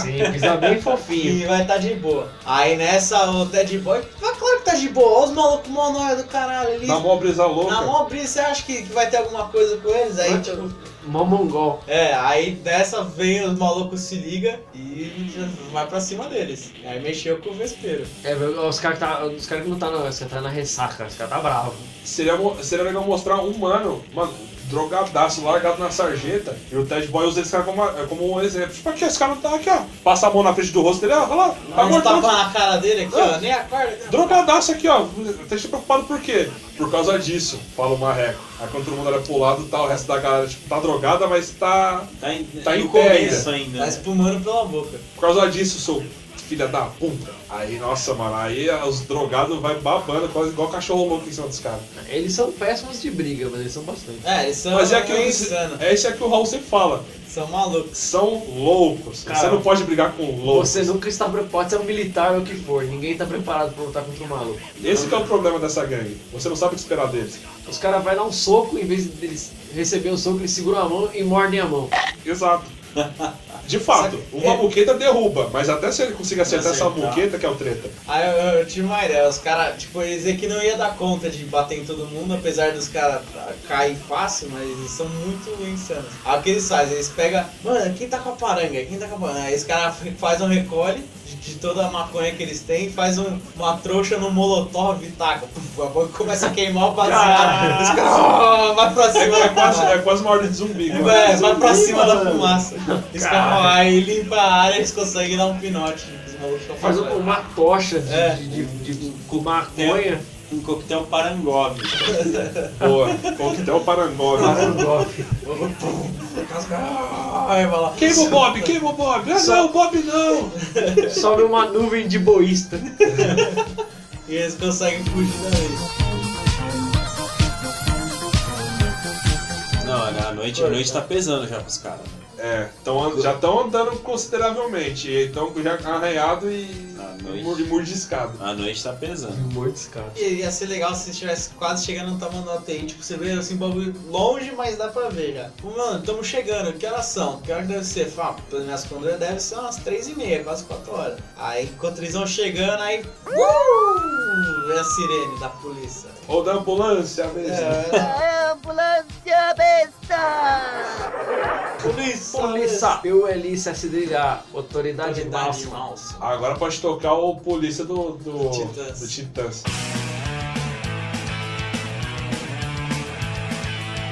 Sim, pisa bem fofinho.
E vai tá de boa. Aí nessa, o Ted Boy. Ah, claro que tá de boa. Olha os malucos monóia do caralho ali.
Na mó brisa louca.
Na mó brisa, você acha que, que vai ter alguma coisa com eles? Aí,
Mas,
tipo.
Mó mongol.
É, aí dessa vem os malucos se liga e já vai pra cima deles. Aí mexeu com o vespeiro.
É, os caras que, tá, os cara que não tá na, os cara tá na ressaca, os caras tá bravo.
Seria, mo- seria legal mostrar um mano, mano, drogadaço, largado na sarjeta, e o Ted Boy usa esse cara como, é, como um exemplo. Tipo, aqui, esse cara tá aqui, ó. Passa a mão na frente do rosto dele, ó, olha lá,
Aí um tapa
agora
na cara dele aqui,
Ah.
ó. Nem acorda. né?
drogadaço aqui, ó. Tá se preocupado por quê? Por causa disso, fala o Marreco. Aí quando todo mundo olha pro lado, tá, o resto da galera, tipo, tá drogada, mas tá...
Tá em,
Tá
no
em pé
começo ainda. né?
Tá espumando pela boca.
Por causa disso, seu filha da puta. Aí, nossa, mano, aí os drogados vai babando quase igual cachorro louco em cima dos caras.
Eles são péssimos de briga, mas eles são bastante.
É, eles são
Mas é aquilo
insano.
que, é isso é que o Raul sempre fala.
São malucos.
São loucos.
Cara,
você não pode brigar com loucos.
Você nunca está preparado, pode ser um militar ou o que for, ninguém tá preparado pra lutar contra um maluco.
Esse que é o problema dessa gangue. Você não sabe o que esperar deles.
Os caras vão dar um soco, em vez deles receber o soco, eles seguram a mão e mordem a mão.
Exato. De fato, uma muqueta derruba, mas até se ele conseguir é- acertar essa
Acertar.
muqueta que é o treta.
Aí eu, eu tive uma ideia, os caras, tipo, eles aqui não ia dar conta de bater em todo mundo, apesar dos caras tá, cair fácil, mas eles são muito insanos. Aí o que eles fazem? Eles pegam, mano, quem tá com a paranga? Quem tá com a paranga? Aí os caras faz um recolhe de, de toda a maconha que eles têm, faz um- uma trouxa no molotov e taca. Puf, a boca começa a queimar o baseado. Os caras, "Ah, vai pra cima.
É quase, é quase uma ordem de zumbi. né?
É,
mano.
vai pra
Zumbi,
cima da
mano.
fumaça. Os caras, aí limpa a área, eles conseguem dar um pinote. Os malucos ficam
Faz um
pra
uma,
trás.
uma tocha de,
É.
de, de, de- com maconha.
Um coquetel Parangov.
Boa, coquetel Parangov.
Ai, vai lá.
Queima o Bob, queima o Bob. Ah,
Só-
não, Bob não.
Sobe uma nuvem de boísta.
E eles conseguem fugir daí.
Não, a noite, a noite tá pesando já pros caras.
É, tão, an- já estão andando consideravelmente. Estão já arranhado e,
noite.
e mur- e mordiscado.
A noite tá pesando.
Mortos, cara.
E ia ser legal se estivesse quase chegando no tamanho da UTI. Tipo, você vê assim, o bagulho longe, mas dá pra ver já. Tipo, Mano, estamos chegando, que horas são? Que horas deve ser? Fala, pelas minhas contas deve ser umas 3 e meia, quase 4 horas. Aí enquanto eles vão chegando, aí. Uh! Vem a sirene da polícia.
Ou da ambulância mesmo.
Ambulância besta!
Polícia!
Polícia, eu, Elícia, acidente, a
Tá
autoridade máxima.
Agora pode tocar o polícia do, do,
Titãs.
do Titãs.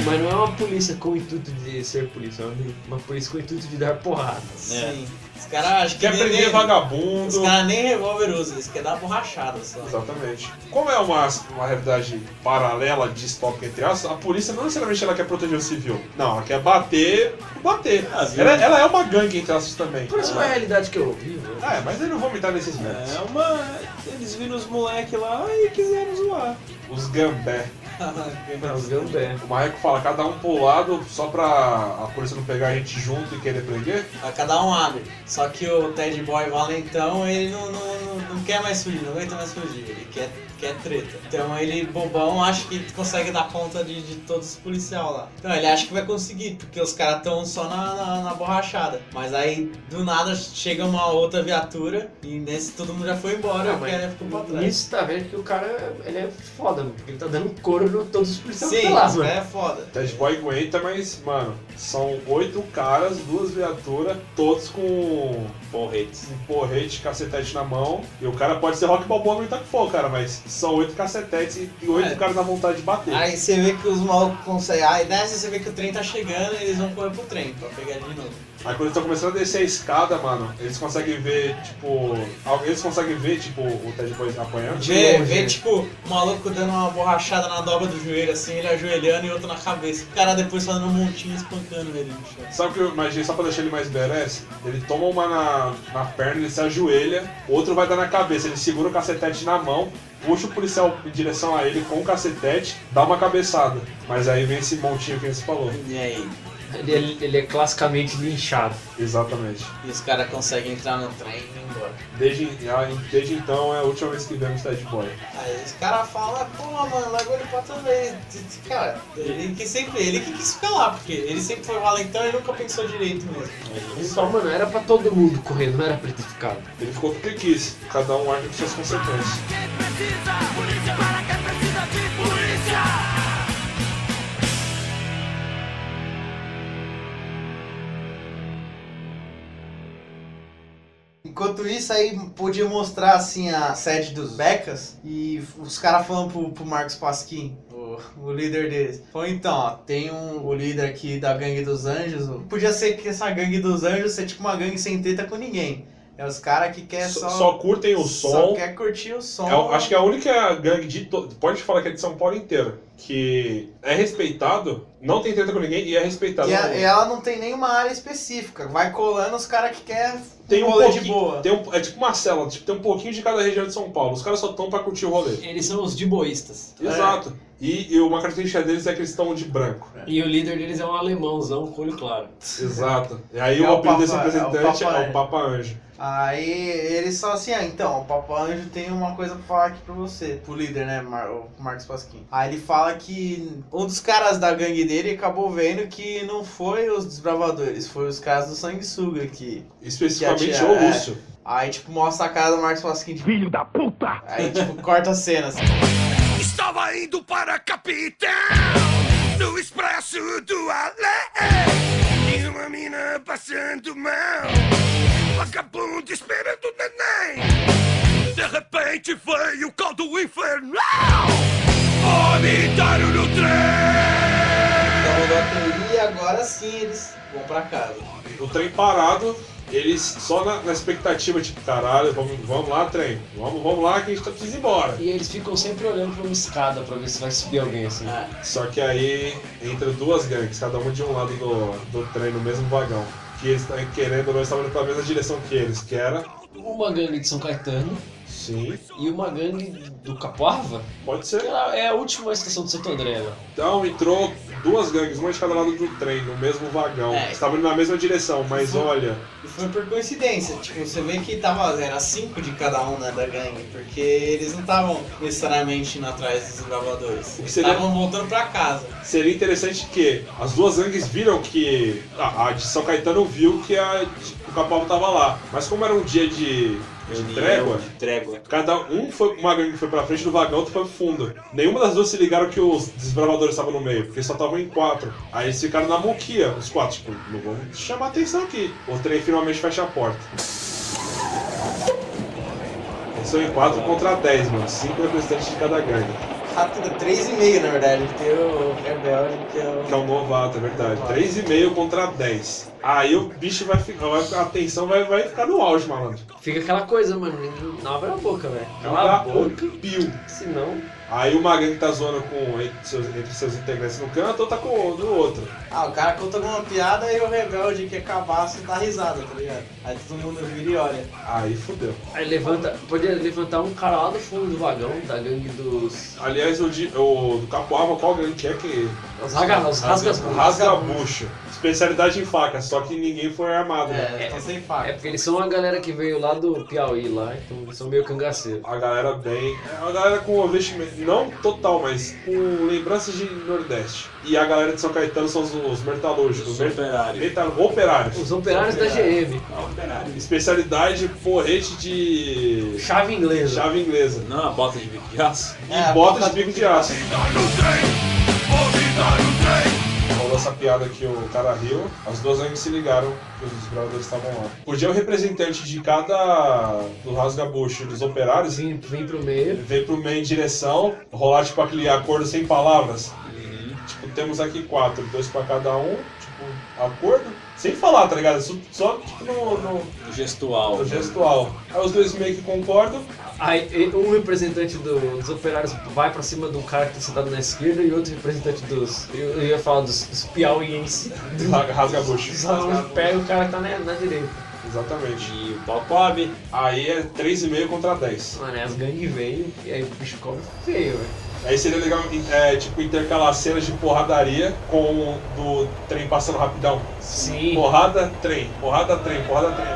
Mas não é uma polícia com o intuito de ser polícia, é uma- uma polícia com o intuito de dar porrada.
Sim. Os caras acham que.
É.
é
Quer
nem-
prender
nem-
vagabundo.
Os caras nem revólver usam, eles querem dar borrachada só.
Exatamente. Como é uma, uma realidade paralela, distópica entre as, a polícia não necessariamente ela quer proteger o civil. Não, ela quer bater, bater.
viu?
Ela, ela é uma gangue entre aspas também.
Por isso é a realidade que eu né? vivo.
Ah, é, mas eu não vou me dar nesses méritos.
É uma. Eles viram os moleque lá e quiseram zoar.
Os gambé.
Não, é. os gambé.
O Marreco fala, cada um pro lado, só pra a polícia não pegar a gente junto e querer prender.
Aí Cada um abre. Só que o Ted Boy Valentão, ele não, não, não, não quer mais fugir, não aguenta mais fugir. Ele quer, quer treta. Então ele, bobão, acha que consegue dar conta de, de todos os policial lá. Então ele acha que vai conseguir, porque os caras estão só na, na, na borrachada. Mas aí, do nada, chega uma outra viatura e nesse todo mundo já foi embora,
Ah,
o
mas
cara ficou pra trás.
Nisso tá vendo que o cara ele é foda, mano, porque ele tá dando couro em todos os policiais
Sim,
pelados,
isso
mano.
é foda.
Tá
Ted Boy aguenta, mas, mano, são oito caras, duas viaturas, todos com
Porretes.
um porrete, cacetete na mão. E o cara pode ser rock balboa gritar que for, cara, mas são oito cacetetes e oito
É.
caras na vontade de bater.
Aí você vê que os malucos conseguem. Aí nessa você vê que o trem tá chegando e eles vão correr pro trem pra pegar ele de novo.
Aí quando eles estão começando a descer a escada, mano, eles conseguem ver, tipo. alguém- Eles conseguem ver, tipo, o Ted Boy apanhando.
Vê, vê tipo, o maluco dando uma borrachada na dobra do joelho, assim, ele ajoelhando e outro na cabeça. O cara depois fazendo um montinho espancando ele no chão.
Sabe o que eu imaginei só pra deixar ele mais badass? Ele toma uma na, na perna, ele se ajoelha, outro vai dar na cabeça, ele segura o cacetete na mão, puxa o policial em direção a ele com o cacetete, dá uma cabeçada. Mas aí vem esse montinho que ele falou.
E aí?
Ele, é- ele é classicamente linchado.
Exatamente.
E os caras conseguem entrar no trem e ir embora.
Desde, desde então é a última vez que vemos Ted Boy.
Aí os caras falam, pô, mano, largou ele pra também. Cara, ele que sempre, ele que quis ficar lá, porque ele sempre foi valentão e nunca pensou direito mesmo.
Ele Só, mano, era pra todo mundo correr, não era pra ele ter ficado.
Ele ficou porque quis, cada um arca com suas consequências.
Enquanto isso, aí podia mostrar assim a sede dos Becas e os caras falando pro, pro Marcos Pasquim, o, o líder deles. Falou, então, ó, tem um, o líder aqui da Gangue dos Anjos. o- Podia ser que essa Gangue dos Anjos seja tipo uma gangue sem treta com ninguém. É os caras que quer só.
Só- só curtem o som.
Só quer curtir o som.
É, eu acho que é a única gangue de to- pode falar que é de São Paulo inteira, que é respeitado, não tem treta com ninguém e é respeitado.
E, a-
Não.
e ela não tem nenhuma área específica. Vai colando os caras que quer
tem um
rolê
pouquinho,
de boa.
Tem um- é tipo uma cela, tipo, tem um pouquinho de cada região de São Paulo. Os caras só estão pra curtir o rolê.
Eles são os diboístas.
É.
Exato. E, e uma característica deles é que eles estão de branco.
E o líder deles é um alemãozão com olho claro.
Exato. E aí
É
o
o
apelido desse
Papa- é o
representante
Papa
é o Papa Anjo.
Aí eles só assim, ah, então, o Papa Anjo tem uma coisa pra falar aqui pra você, pro líder, né, Mar o Marcos Pasquim. Aí ele fala que um dos caras da gangue dele acabou vendo que não foi os desbravadores, foi os caras do sanguessuga que...
Especificamente
que atira-
o Lúcio.
é. Aí, tipo, mostra a cara do Marcos Pasquim, tipo, Filho da puta! Aí, tipo, corta a cena, assim.
Estava indo para a capital No expresso do além E uma mina passando mal Vagabundo esperando o neném De repente veio o caldo infernal Vomitaram no
Então, E agora sim eles vão pra casa.
O trem parado, eles só na, na expectativa, tipo, caralho, vamos, vamos lá, trem. Vamos, vamos lá que a gente tá- precisa ir embora.
E eles ficam sempre olhando pra uma escada pra ver se vai subir alguém assim.
Só que aí entra duas gangues, cada uma de um lado do, do trem, no mesmo vagão. Que eles tá- querendo ou não estavam indo pra mesma direção que eles, que era.
Uma gangue de São Caetano.
Sim.
E uma gangue do Capoava?
Pode ser.
É a última estação de Santo André
né?
lá.
Então entrou duas gangues, uma de cada lado do trem, no mesmo vagão.
É.
Estavam indo na mesma direção, mas olha.
E foi por coincidência, tipo, você vê que tava, era cinco de cada um né, da gangue, porque eles não estavam necessariamente indo atrás dos desbravadores. Eles
seria-
estavam voltando pra casa.
Seria interessante que as duas gangues viram que. A, a de São Caetano viu que a, de- o Capalvo tava lá. Mas como era um dia de. É de trégua, Cada um foi. Uma gangue foi pra frente do vagão, outra foi pro fundo. Nenhuma das duas se ligaram que os desbravadores estavam no meio, porque só estavam em quatro. Aí eles ficaram na muquia, os quatro, tipo, não vamos chamar atenção aqui. O trem finalmente fecha a porta. Eles são em 4 contra 10, mano. 5 representantes de cada gangue.
Rápido, três e meio, na verdade, porque o rebelde que é o...
Que é um novato, é verdade. 3,5 contra 10. Aí o bicho vai ficar. vai- A tensão vai, vai ficar no auge, malandro.
Fica aquela coisa, mano. ninguém- Não abre a boca, velho.
Joga
Cala a boca.
Pio.
Senão.
Aí uma gangue tá zoando com, entre, seus, entre seus integrantes no canto, outra com o do outro.
Ah, o cara conta alguma piada e o rebelde que é cabaço dá risada, tá ligado? Aí todo mundo vira e olha.
Aí fudeu.
Aí levanta. Podia levantar um cara lá do fundo do vagão, da gangue dos.
Aliás, o, de, o do Capoava, qual gangue que é que.
Os raga- os rasgas-bucho.
Rasga-bucho. Especialidade em faca, só que ninguém foi armado, né?
então
É, é porque eles são uma galera que veio lá do Piauí lá, então eles são meio cangaceiros.
A galera bem. A galera com o vestimento, não total, mas com lembranças de Nordeste. E a galera de São Caetano são os, os metalúrgicos. Os operários. operários.
Os operários da GM.
Especialidade porrete de.
Chave inglesa.
Chave inglesa.
Não, a bota de bico de aço.
E É, bota de bico de aço. Falou Então, essa piada que o cara riu, as duas gangues se ligaram que os desbravadores estavam lá. Podia o representante de cada do rasga-bucho e dos operários
vem, pro meio.
Vem pro meio em direção, rolar tipo aquele acordo sem palavras. Tipo, temos aqui quatro, dois pra cada um, tipo, acordo, sem falar, tá ligado? Só, só, tipo no, no-
Gestual.
no gestual. Aí os dois meio que concordam.
Aí e- um representante do- dos operários vai pra cima de um cara que tá sentado na esquerda e outro representante dos. Eu, eu ia falar dos, dos piauienses.
Rasga bucho.
Dos alunos pega o cara que tá na, na direita.
Exatamente.
E o pau cobre.
Aí é 3,5 contra 10.
Mano,
é
aí as gangues veio e aí o bicho cobre feio, velho.
Aí seria legal, é, tipo, intercalar cenas de porradaria com o do trem passando rapidão.
Sim.
Porrada, trem, porrada, trem, porrada, trem.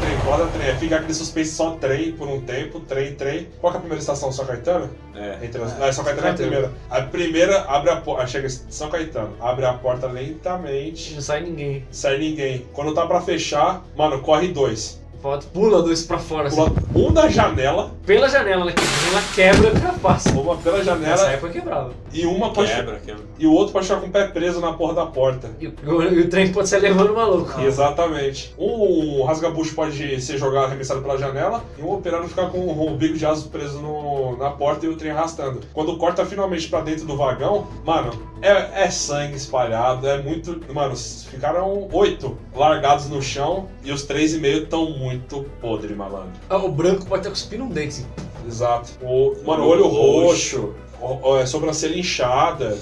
Trem, porrada, trem. Aí Fica aquele suspense só trem por um tempo, trem, trem. Qual que é a primeira estação? São Caetano?
É.
Entre as- Não, é São Caetano é a primeira. A primeira abre a porta. Chega em São Caetano. Abre a porta lentamente.
Não sai ninguém.
Sai ninguém. Quando tá pra fechar, mano, corre dois.
Foto, pula dois pra fora,
Pula
assim.
um da janela.
Pela janela, né? Ela quebra a capaça.
Uma pela janela.
Nessa época quebrava.
E uma pode.
é Quebra, quebra.
E o outro pode ficar com o pé preso na porra da porta.
E o, e o trem pode ser levando o maluco.
Ah.
Exatamente. Um rasgabucho pode ser jogado arremessado pela janela e um operário ficar com o bico de aço preso no- na porta e o trem arrastando. Quando corta finalmente pra dentro do vagão, mano, é, é sangue espalhado, é muito. Mano, ficaram oito largados no chão e os três e meio estão muito podre, malandro.
Ah, O branco pode ter cuspido um dente. assim.
Exato. O, mano, olho roxo, o- o- é, sobrancelha inchada,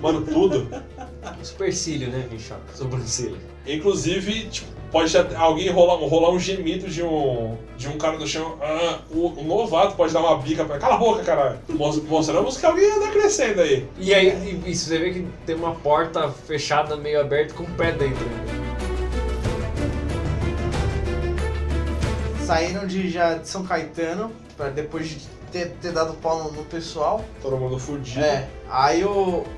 mano, tudo.
Supercílio, né, Michel? Sobrancelha.
Inclusive, tipo, pode até alguém rolar, rolar um gemido de um, de um cara no chão. Ah, o, um novato pode dar uma bica pra. Cala a boca, caralho! Mos- Mostramos que alguém anda crescendo aí.
E aí, e- e você vê que tem uma porta fechada, meio aberta, com o pé dentro. né?
Saíram de, já de São Caetano, pra depois de ter, ter dado pau no, no pessoal.
Todo mundo fudido.
É, aí o,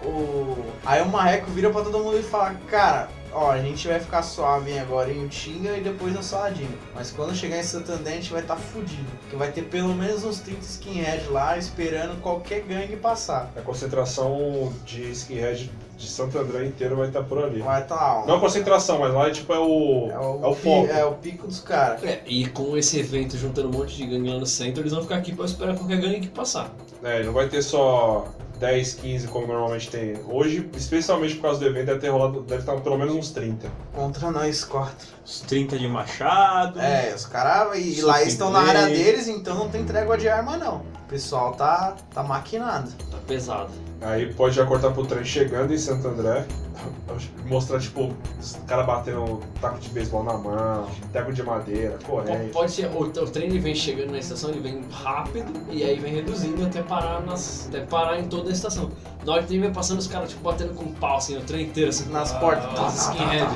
o. Aí o Marreco vira pra todo mundo e fala, cara, ó, a gente vai ficar suave hein, agora em Utinga e depois na Saladinho. Mas quando chegar em Santander a gente vai estar tá fudido. Porque vai ter pelo menos uns 30 skinhead lá esperando qualquer gangue passar.
A concentração de skinhead de Santo André inteiro vai estar por ali.
Vai tá lá, ó.
Não a concentração, mas lá é tipo é o. É o,
pi-
foco.
é o pico dos caras.
É, e com esse evento juntando um monte de gangue lá no centro, eles vão ficar aqui pra esperar qualquer gangue que passar.
É, não vai ter só 10, 15 como normalmente tem. Hoje, especialmente por causa do evento, deve ter rolado, deve estar pelo menos uns 30.
Contra nós quatro.
Os 30 de machado.
É, os caras. E lá eles estão na área deles, então não tem trégua de arma não. O pessoal tá, tá maquinado.
Tá pesado.
Aí pode já cortar pro trem chegando em Santo André, mostrar, tipo, os caras batendo um taco de beisebol na mão, taco de madeira,
Po-
É
corrente.
Pode ser, o, o trem ele vem chegando na estação, ele vem rápido e aí vem reduzindo até parar, nas, até parar em toda a estação. Na hora que o trem vem passando, os caras tipo batendo com pau, assim, o trem inteiro, assim,
Nas
ah,
portas. Tá,
os skinhead.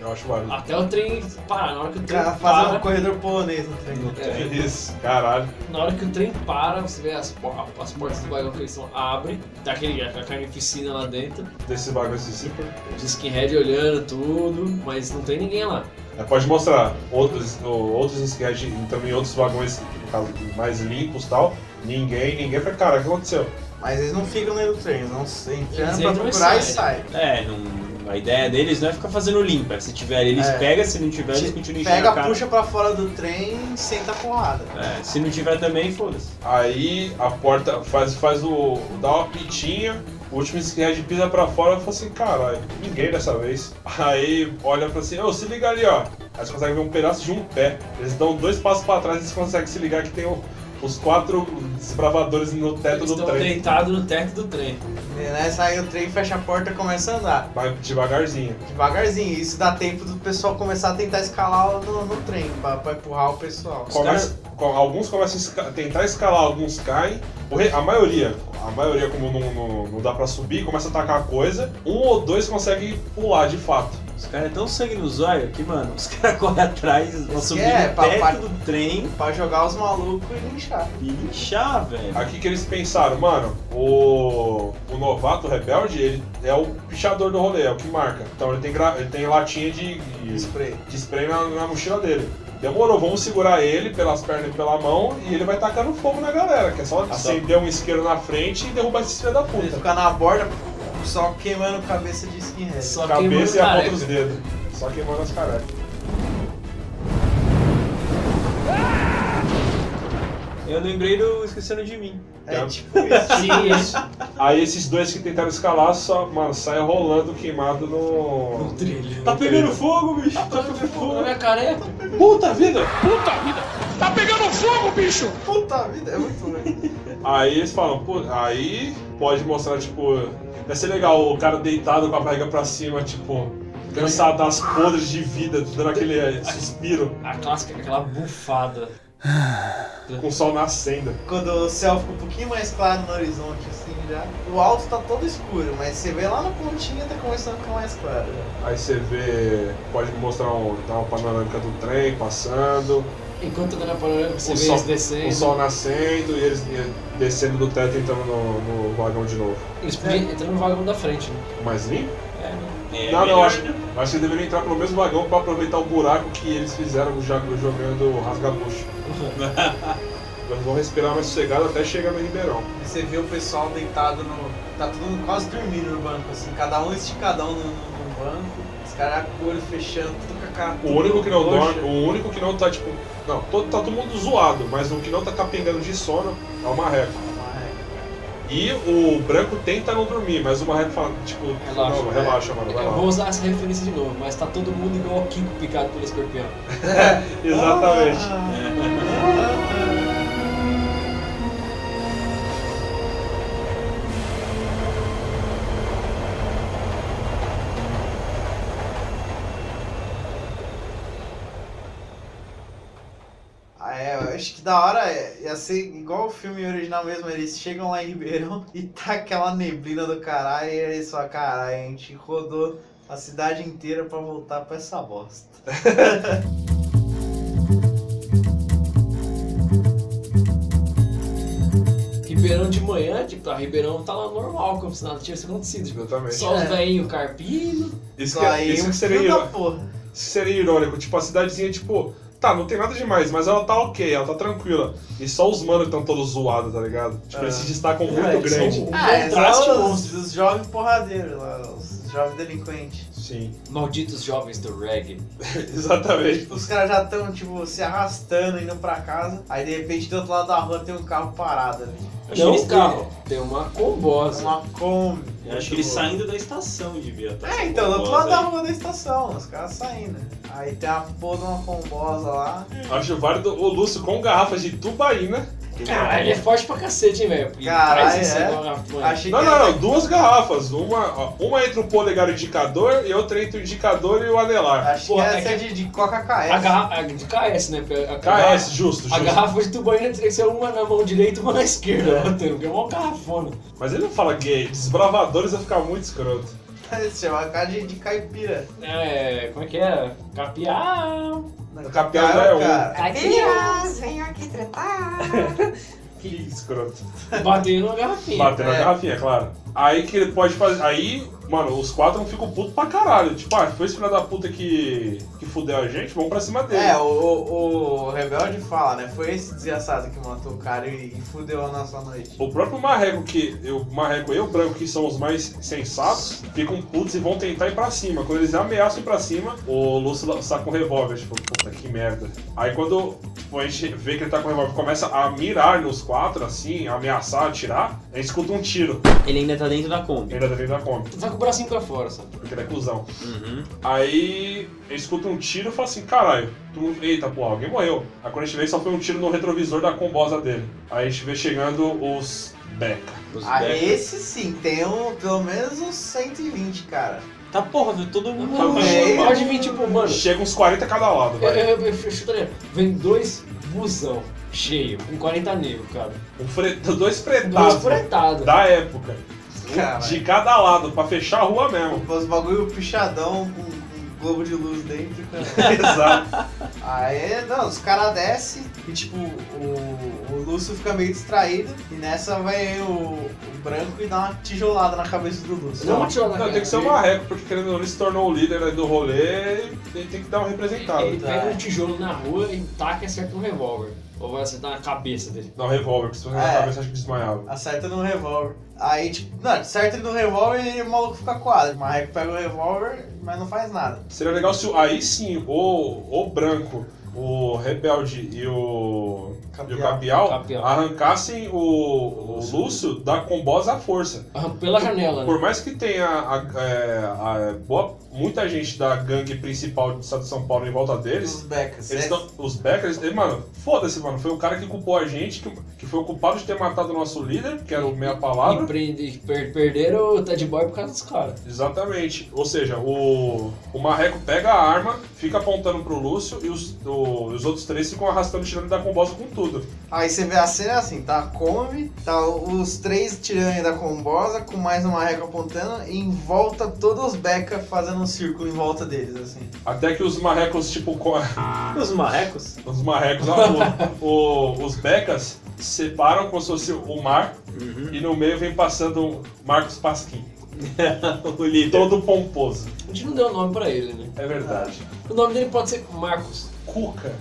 Eu acho barulho.
Até o trem parar, na hora que o
O
trem
cara
para.
fazendo um corredor polonês no trem.
É
É.
isso, caralho.
Na hora que o trem para, você vê as, por- as portas do vagão que eles estão abrem, tá aquele, a carnificina lá dentro,
Desse bagulho assim, se dissipa.
os skinhead olhando tudo, mas não tem ninguém lá.
Aí É, Pode mostrar outros, o- outros skinhead e também outros vagões, no caso, mais limpos e tal. Ninguém, ninguém foi, cara, o que aconteceu?
Mas eles não ficam dentro do trem, eles não se
Eles
entram pra
entram e
procurar e
saem.
saem.
É, não- a ideia deles não é ficar fazendo limpa. Se tiver, eles
É.
pegam, se não tiver, eles continuam enchendo a
Pega,
cara.
puxa pra fora do trem e senta a porrada.
É, se não tiver também, foda-se.
Aí a porta faz, faz o. dá uma pitinha, o último skinhead pisa pra fora e fala assim, caralho, ninguém dessa vez. Aí olha e fala assim, ô, se liga ali, ó. Aí você consegue ver um pedaço de um pé. Eles dão dois passos pra trás e eles conseguem se ligar que tem o- os quatro desbravadores no teto
Eles
do
estão
trem.
deitados no teto do trem.
E, né, sai o trem, fecha a porta e começa a andar.
Vai devagarzinho.
Devagarzinho, isso dá tempo do pessoal começar a tentar escalar o- no, no trem, pra, pra empurrar o pessoal.
Começa- co- alguns começam a esca- tentar escalar, alguns caem. O re- a maioria, a maioria como não, não- não dá pra subir, começa a atacar a coisa. Um ou dois conseguem pular de fato.
Os caras é tão sangue no zóio que, mano, os caras correm atrás, vão subir
é,
no
pra-
teto
pra-
do trem
Pra jogar os malucos e linchar.
e inchar, velho.
Aqui que eles pensaram, mano, o, o novato o rebelde, ele é o pichador do rolê, é o que marca. Então ele tem, gra- ele tem latinha de, de,
Spray.
de spray na, na mochila dele. Demorou, vamos segurar ele pelas pernas e pela mão e ele vai tacando fogo na galera, que é só acender um isqueiro na frente e derrubar esse filho da
Ele
puta.
fica na borda, só queimando cabeça de skinhead.
Só
Cabeça e a
queimando
ponta dos
careca.
dedos. Só queimando as caras.
Eu lembrei do Esquecendo de Mim.
É tipo isso.
Sim, isso.
Tá Aí esses dois que tentaram escalar, só, mano, sai rolando queimado no.
Trilho.
Tá pegando fogo, bicho! Tá pegando
Na
fogo!
minha é careca.
Puta vida!
Tá pegando fogo, bicho!
Puta vida, é muito ruim.
Aí eles falam, pô, aí pode mostrar, tipo, vai ser legal o cara deitado com a barriga pra cima, tipo, cansado das podres de vida, dando aquele suspiro
A clássica, aquela bufada.
com o sol nascendo.
Quando o céu fica um pouquinho mais claro no horizonte, assim já. O alto tá todo escuro, mas você vê lá na pontinha tá começando a ficar mais claro.
Aí você vê, pode mostrar um, dar uma panorâmica do trem passando,
Enquanto tá na panorâmica, você
o,
vê
sol,
eles descendo.
o sol nascendo e eles e descendo do teto e entrando no, no vagão de novo.
Eles podiam entrar no vagão da frente, né?
Mais limpo?
É, né?
É,
não, não,
melhor
acho, acho que deveria entrar pelo mesmo vagão pra aproveitar o buraco que eles fizeram já jogando rasgabucho. Nós vamos respirar mais sossegado até chegar no Ribeirão.
E você vê o pessoal deitado no. Tá todo mundo quase dormindo no banco, assim, cada um esticadão no, no, no banco, os caras com o olho fechando, tudo com a cara.
O único que não
roxa.
dorme, o único que não tá tipo. Não, todo, tá todo mundo zoado, mas o que não tá capengando de sono é o Marreco. E o branco tenta não dormir, mas o Marreco fala, tipo,
Relaxa,
não,
é.
relaxa, mano, vai
Eu
lá.
vou usar essa referência de novo, mas tá todo mundo igual o Kiko picado pelo escorpião.
Exatamente.
Ah. Ah, é, eu acho que da hora é, ia ser igual o filme original mesmo, eles chegam lá em Ribeirão e tá aquela neblina do caralho e eles falam, caralho, a gente rodou a cidade inteira pra voltar pra essa bosta.
Ribeirão de manhã, tipo, pra Ribeirão tá lá normal, como se nada tivesse acontecido. Tipo,
Exatamente.
Só os
É.
velhinhos carpino.
Isso que, é-
um
isso que seria,
filho da
irônico. Isso que seria irônico. Tipo, a cidadezinha, tipo, tá, não tem nada demais, mas ela tá ok, ela tá tranquila. E só os manos estão todos zoados, tá ligado? Tipo, eles se destacam
É,
muito grande.
Ah, é,
contraste
só os,
monstro.
os jovens porradeiros lá, os jovens delinquentes.
Sim.
Malditos jovens do reggae.
Exatamente.
Os caras já estão, tipo, se arrastando, indo pra casa. Aí, de repente, do outro lado da rua tem um carro parado ali.
Não um carro, tem uma combosa.
Uma Kombi.
Eu acho que eles saindo da estação devia estar.
É, então, do outro lado da rua da estação, os caras saindo. Aí tem a porra de uma combosa lá.
Acho válido o Lúcio com garrafas de tubaína.
Caralho, ele é forte pra cacete, hein, velho. E
Caralho,
traz esse
é?
garrafão aí.
Achei
Não,
que
não,
era-
não, duas garrafas. Uma, ó, uma entre o polegar e o indicador e outra entre o indicador e o anelar.
Acho
Porra,
que
é
essa é de, de Coca
A
KS.
garra- a de KS, né? porque A, a-
KS, justo,
A
justo.
garrafa de tubaína teria que ser uma na mão direita e uma na esquerda. Antônio, porque É uma garrafona.
Mas ele não fala gay, desbravadores vai ficar muito escroto.
Esse é uma cara de, de caipira.
É, como é que é? Capiar.
Capial já é um.
Caipiras, venham aqui tretar.
Que escroto.
Bater na garrafinha.
Bater na
É.
garrafinha, claro. Aí que ele pode fazer. Aí, mano, os quatro ficam putos pra caralho. Tipo, ah, foi esse filho da puta que, que fudeu a gente, vamos pra cima dele.
É, o, o, o Rebelde fala, né? Foi esse desgraçado que matou o cara e, e fudeu a nossa noite.
O próprio Marreco, que o Marreco e o Branco, que são os mais sensatos, ficam putos e vão tentar ir pra cima. Quando eles ameaçam ir pra cima, o Lúcio saca um revólver, tipo, puta que merda. Aí quando tipo, a gente vê que ele tá com o revólver e começa a mirar nos quatro, assim, ameaçar, atirar, a gente escuta um tiro.
Ele ainda tá dentro da Kombi.
Ainda tá dentro da Kombi.
Vai com o bracinho pra fora, sabe?
Porque ele é cuzão. Aí ele escuta um tiro e fala assim, caralho, tu... eita porra, alguém morreu. Aí quando a gente vê só foi um tiro no retrovisor da combosa dele. Aí a gente vê chegando os Beca.
Ah, esse sim, tem um, pelo menos uns 120, cara.
Tá porra, viu todo mundo.
Tá bom.
Mais de 20, tipo, mano.
Chega uns 40 cada lado,
Eu,
vai.
eu, eu chutaria. Vem dois busão cheio, com 40 negros, cara.
Um fre... Dois
Dois
fretados.
fretados.
Da época. Um
Caralho.
De cada lado, pra fechar a rua mesmo.
Os bagulho pichadão com, com globo de luz dentro, cara.
Exato.
Aí, não, os caras descem e, tipo, o, o Lúcio fica meio distraído. E nessa vai o, o branco e dá uma tijolada na cabeça do Lúcio.
Não, não, tem que ser o Marreco, porque querendo ou não, ele se tornou o líder aí do rolê e ele tem que dar uma representada.
Ele pega um tijolo na rua e taca e acerta um revólver. Ou vai acertar na cabeça dele.
Dá um revólver, porque se você na
É.
cabeça, acho que desmaiava.
Acerta no revólver. Aí, tipo, não, acerta ele no revólver e o maluco fica quadro. O Marreco pega o revólver, mas não faz nada.
Seria legal se o- aí sim o, o branco, o rebelde e o e o
Capial.
capial, arrancassem o, o Lúcio da combosa à força.
Pela janela, né?
Por mais que tenha a- é, a- a- boa- muita gente da gangue principal do estado de São Paulo em volta deles.
Hum.
Os
Becas. é
Eles tão- os Becas, eles- mano, foda-se, mano. Foi o cara que culpou a gente, que, que foi o culpado de ter matado o nosso líder, que era o meia palavra.
E prende- per- perderam o Ted Boy por causa dos caras.
Exatamente. Ou seja, o, o Marreco pega a arma, fica apontando pro Lúcio e os, o- os outros três ficam arrastando, tirando da combosa com tudo.
Aí você vê a cena assim, tá a Kombi, tá os três tirando da combosa, com mais uma reca apontando, e em volta todos os Beca fazendo um círculo em volta deles, assim.
Até que os marrecos, tipo. co-
Os marrecos?
Os marrecos, não, o- o- os becas Uhum. separam como se fosse o mar e no meio vem passando um Marcos Pasquim. o líder. Todo pomposo.
A gente não deu nome pra ele, né?
É verdade.
O nome dele pode ser Marcos.
Cuca.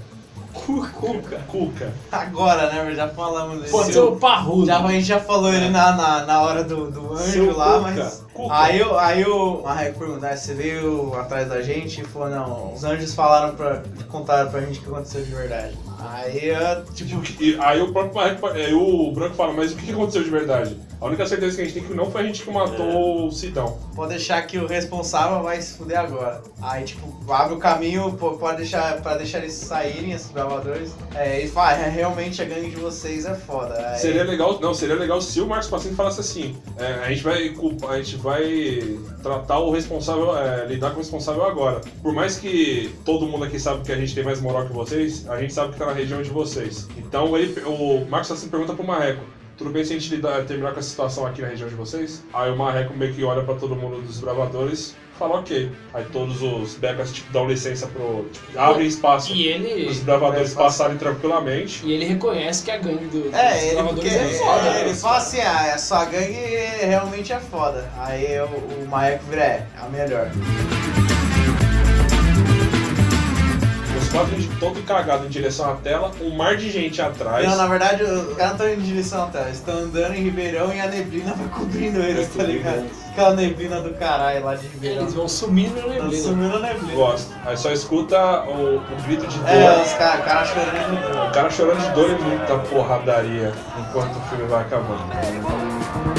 Cuca.
Cuca.
Agora, né? Já falamos dele.
Pode ser o Parrudo.
Já, a gente já falou
É.
ele na, na, na hora do, do anjo
Seu
lá,
Cuca.
mas.
Cuca.
Aí, eu, aí o Marreco perguntou, "Ah, você veio atrás da gente e falou, não, os anjos falaram pra. contaram pra gente o que aconteceu de verdade. Aí eu,
Tipo, e aí o próprio Marreco, aí o Branco fala, mas o que aconteceu de verdade? A única certeza que a gente tem é que não foi a gente que matou o Sidão.
Pode deixar que o responsável vai se fuder agora. Aí, tipo, abre o caminho pô, pode deixar, pra deixar eles saírem, esses bravadores. É, e fala, "É, realmente a gangue de vocês é foda. Aí,
Seria legal, não, seria legal se o Marcos Passinho falasse assim, é, a gente vai culpar, a gente vai tratar o responsável, é, lidar com o responsável agora. Por mais que todo mundo aqui sabe que a gente tem mais moral que vocês, a gente sabe que tá na região de vocês. Então ele, o Marcos Passinho pergunta pro Marreco, tudo bem se a gente lidar, terminar com essa situação aqui na região de vocês? Aí o Marreco meio que olha pra todo mundo dos bravadores, fala ok. Aí todos os becas tipo, dão licença pro... Tipo, abrem espaço
E ele-
os bravadores passarem tranquilamente.
E ele reconhece que a gangue do,
É,
dos
ele, porque,
gravadores
ele,
é foda.
ele fala assim, ah, essa gangue realmente é foda. Aí eu- o Maieco vira, é, é a melhor.
Os quatro todo um cagado em direção à tela, um mar de gente atrás.
Não, na verdade, os caras estão indo em direção à tela. Eles estão andando em Ribeirão e a neblina vai cobrindo eles, tá ligado? Aquela neblina do caralho lá de Ribeirão.
Eles vão sumindo
Tá
na
Tão
neblina.
Sumindo na neblina.
Gosto. Aí só escuta o, o grito de dor.
É, os caras cara chorando de dor.
O cara chorando de dor e muita porradaria enquanto o filme vai acabando.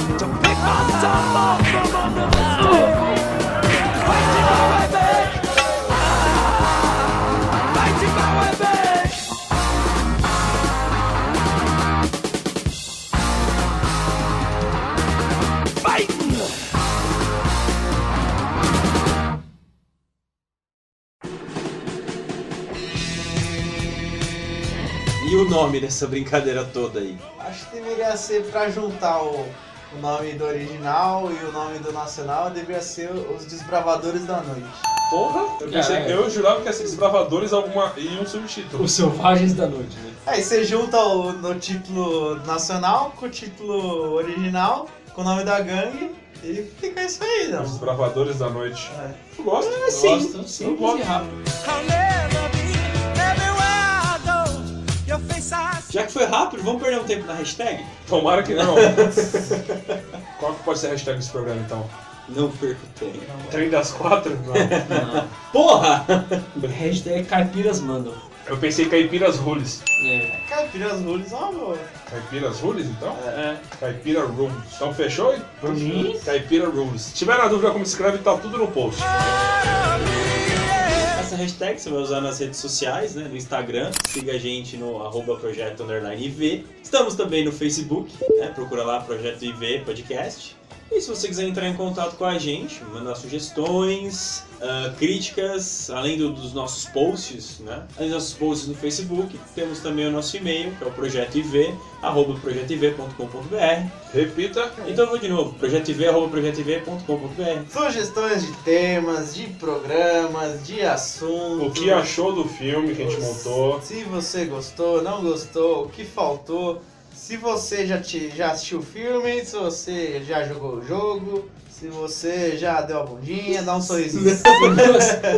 E o nome dessa brincadeira toda aí?
Acho que deveria ser pra juntar o, o nome do original e o nome do nacional, deveria ser os Desbravadores da Noite.
Porra! Eu, pensei,
Caralho.
eu jurava que ia ser desbravadores alguma, e um subtítulo.
né? Os selvagens da noite, né?
Aí É, você junta o no título nacional com o título original, com o nome da gangue e fica isso aí, não.
Os desbravadores da noite.
É.
Eu gosto.
É sim,
gosto. eu
simples e
gosto.
rápido.
Já que foi rápido, vamos perder um tempo na hashtag?
Tomara que não. Qual que pode ser a hashtag desse programa então?
Não perco tempo.
Trem das quatro? Não.
Porra!
Hashtag caipiras mandam.
Eu pensei caipiras rules.
É.
Caipiras Rules é uma boa.
Caipiras rules então?
É.
Caipira Rules. Então fechou?
Por mim?
Caipira Rules. Se tiver na dúvida como escreve, tá tudo no post.
Essa hashtag você vai usar nas redes sociais, né? No Instagram, siga a gente no arroba projeto underline IV. Estamos também no Facebook, né? Procura lá Projeto IV Podcast. E se você quiser entrar em contato com a gente, mandar sugestões, ah, críticas, além do- dos nossos posts, né? Além dos nossos posts no Facebook, temos também o nosso e-mail, que é o projeto IV, arroba projetoiv.com.br.
Repita.
Então eu vou de novo, projeto IV, arroba projetoiv.com.br.
Sugestões de temas, de programas, de assuntos.
O que achou do filme que a gente montou?
Se você gostou, não gostou, o que faltou. Se você já, te, já assistiu o filme, se você já jogou o jogo, se você já deu a bundinha, dá um sorrisinho.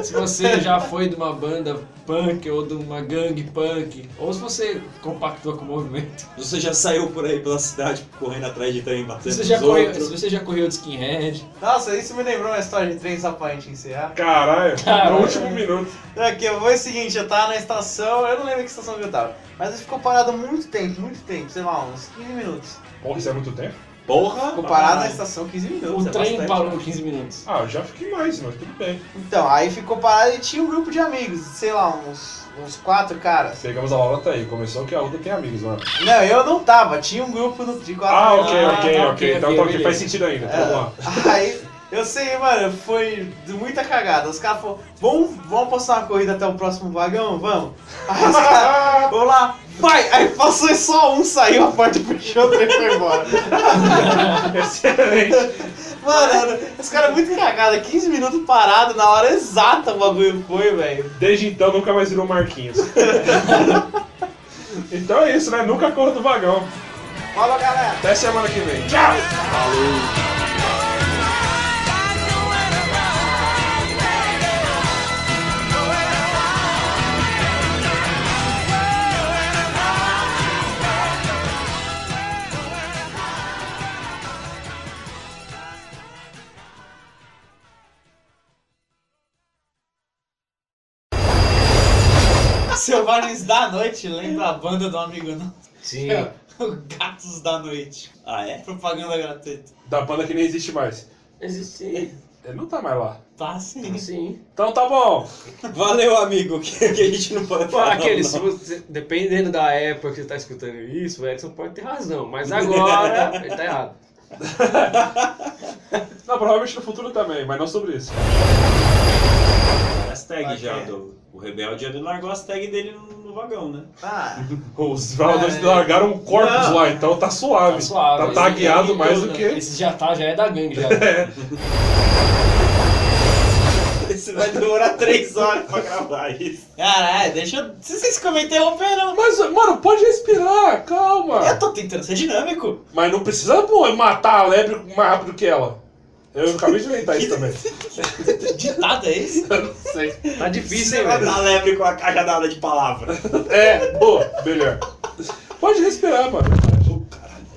se você já foi de uma banda punk ou de uma gangue punk, ou se você compactou com o movimento,
Você já saiu por aí pela cidade correndo atrás de trem, batendo
se você já
nos
correu,
outros.
se você já correu de skinhead,
Nossa, isso me lembrou uma história de trem só pra gente encerrar.
Caralho,
Caralho.
no último minuto.
Aqui, eu vou é o seguinte, eu tava na estação, eu não lembro que estação que eu tava, mas eu ficou parado muito tempo, muito tempo, sei lá, uns 15 minutos.
Porra, isso é muito tempo?
Porra!
Ficou parado na
caralho.
estação 15 minutos. é
o Um trem
bastante.
parou 15 minutos.
Ah, eu já fiquei mais, mas tudo bem.
Então, aí ficou parado e tinha um grupo de amigos, sei lá, uns, uns quatro caras.
Pegamos a hora, tá aí. Começou que a Ruda tem amigos, mano.
Não, eu não tava, tinha um grupo no- de quatro
Ah,
caras.
ok,
Ah,
ok,
tá,
ok.
ok, ok,
Então
É.
tá ok,
beleza.
faz sentido ainda. Então, Vamos lá.
Aí, eu sei, mano, foi de muita cagada. Os caras falaram, vamos, vamos passar uma corrida até o próximo vagão? Vamos. Aí os caras, vamos lá, vai! Aí passou e só um, saiu, a porta fechou, o trem foi embora.
Excelente.
Mano, os caras muito cagada, 15 minutos parado, na hora exata o bagulho foi, velho.
Desde então nunca mais virou Marquinhos. então é isso, né? Nunca corra do vagão.
Fala, galera!
Até semana que vem. Tchau!
Tchau! Selvagens da Noite, lembra a banda do amigo nosso?
Sim.
O Gatos da Noite.
Ah, é?
Propaganda gratuita.
Da banda que nem existe mais.
Existe.
Ele não tá mais lá.
Tá sim.
Sim.
Então tá bom.
Valeu, amigo, que, que a gente não pode
Pô,
falar.
aquele, se
não.
você- dependendo da época que você tá escutando isso, o Edson pode ter razão, mas agora ele tá errado.
Não, provavelmente no futuro também, mas não sobre isso.
As tags já do. O Rebelde ele largou as tags dele no, no vagão, né?
Ah,
Os valores largaram o corpus
É. Não.
lá, então tá suave.
Tá suave.
Tá tagueado mais do que.
Esse já tá, já é da gangue já.
Esse vai demorar três horas pra gravar isso.
Caralho, é, deixa eu. Se vocês ficam me interrompendo.
Mas, mano, pode respirar, calma.
Eu tô tentando ser dinâmico.
Mas não precisa pô, matar a lebre mais rápido que ela. Eu acabei de inventar isso também.
Ditado é esse?
Eu não sei.
Tá difícil,
Você
hein,
vai
velho?
dar lebre com a cajadada de palavra.
É, boa, melhor. Pode respirar, mano.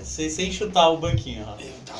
Sem, sem chutar o banquinho, ó.
Tá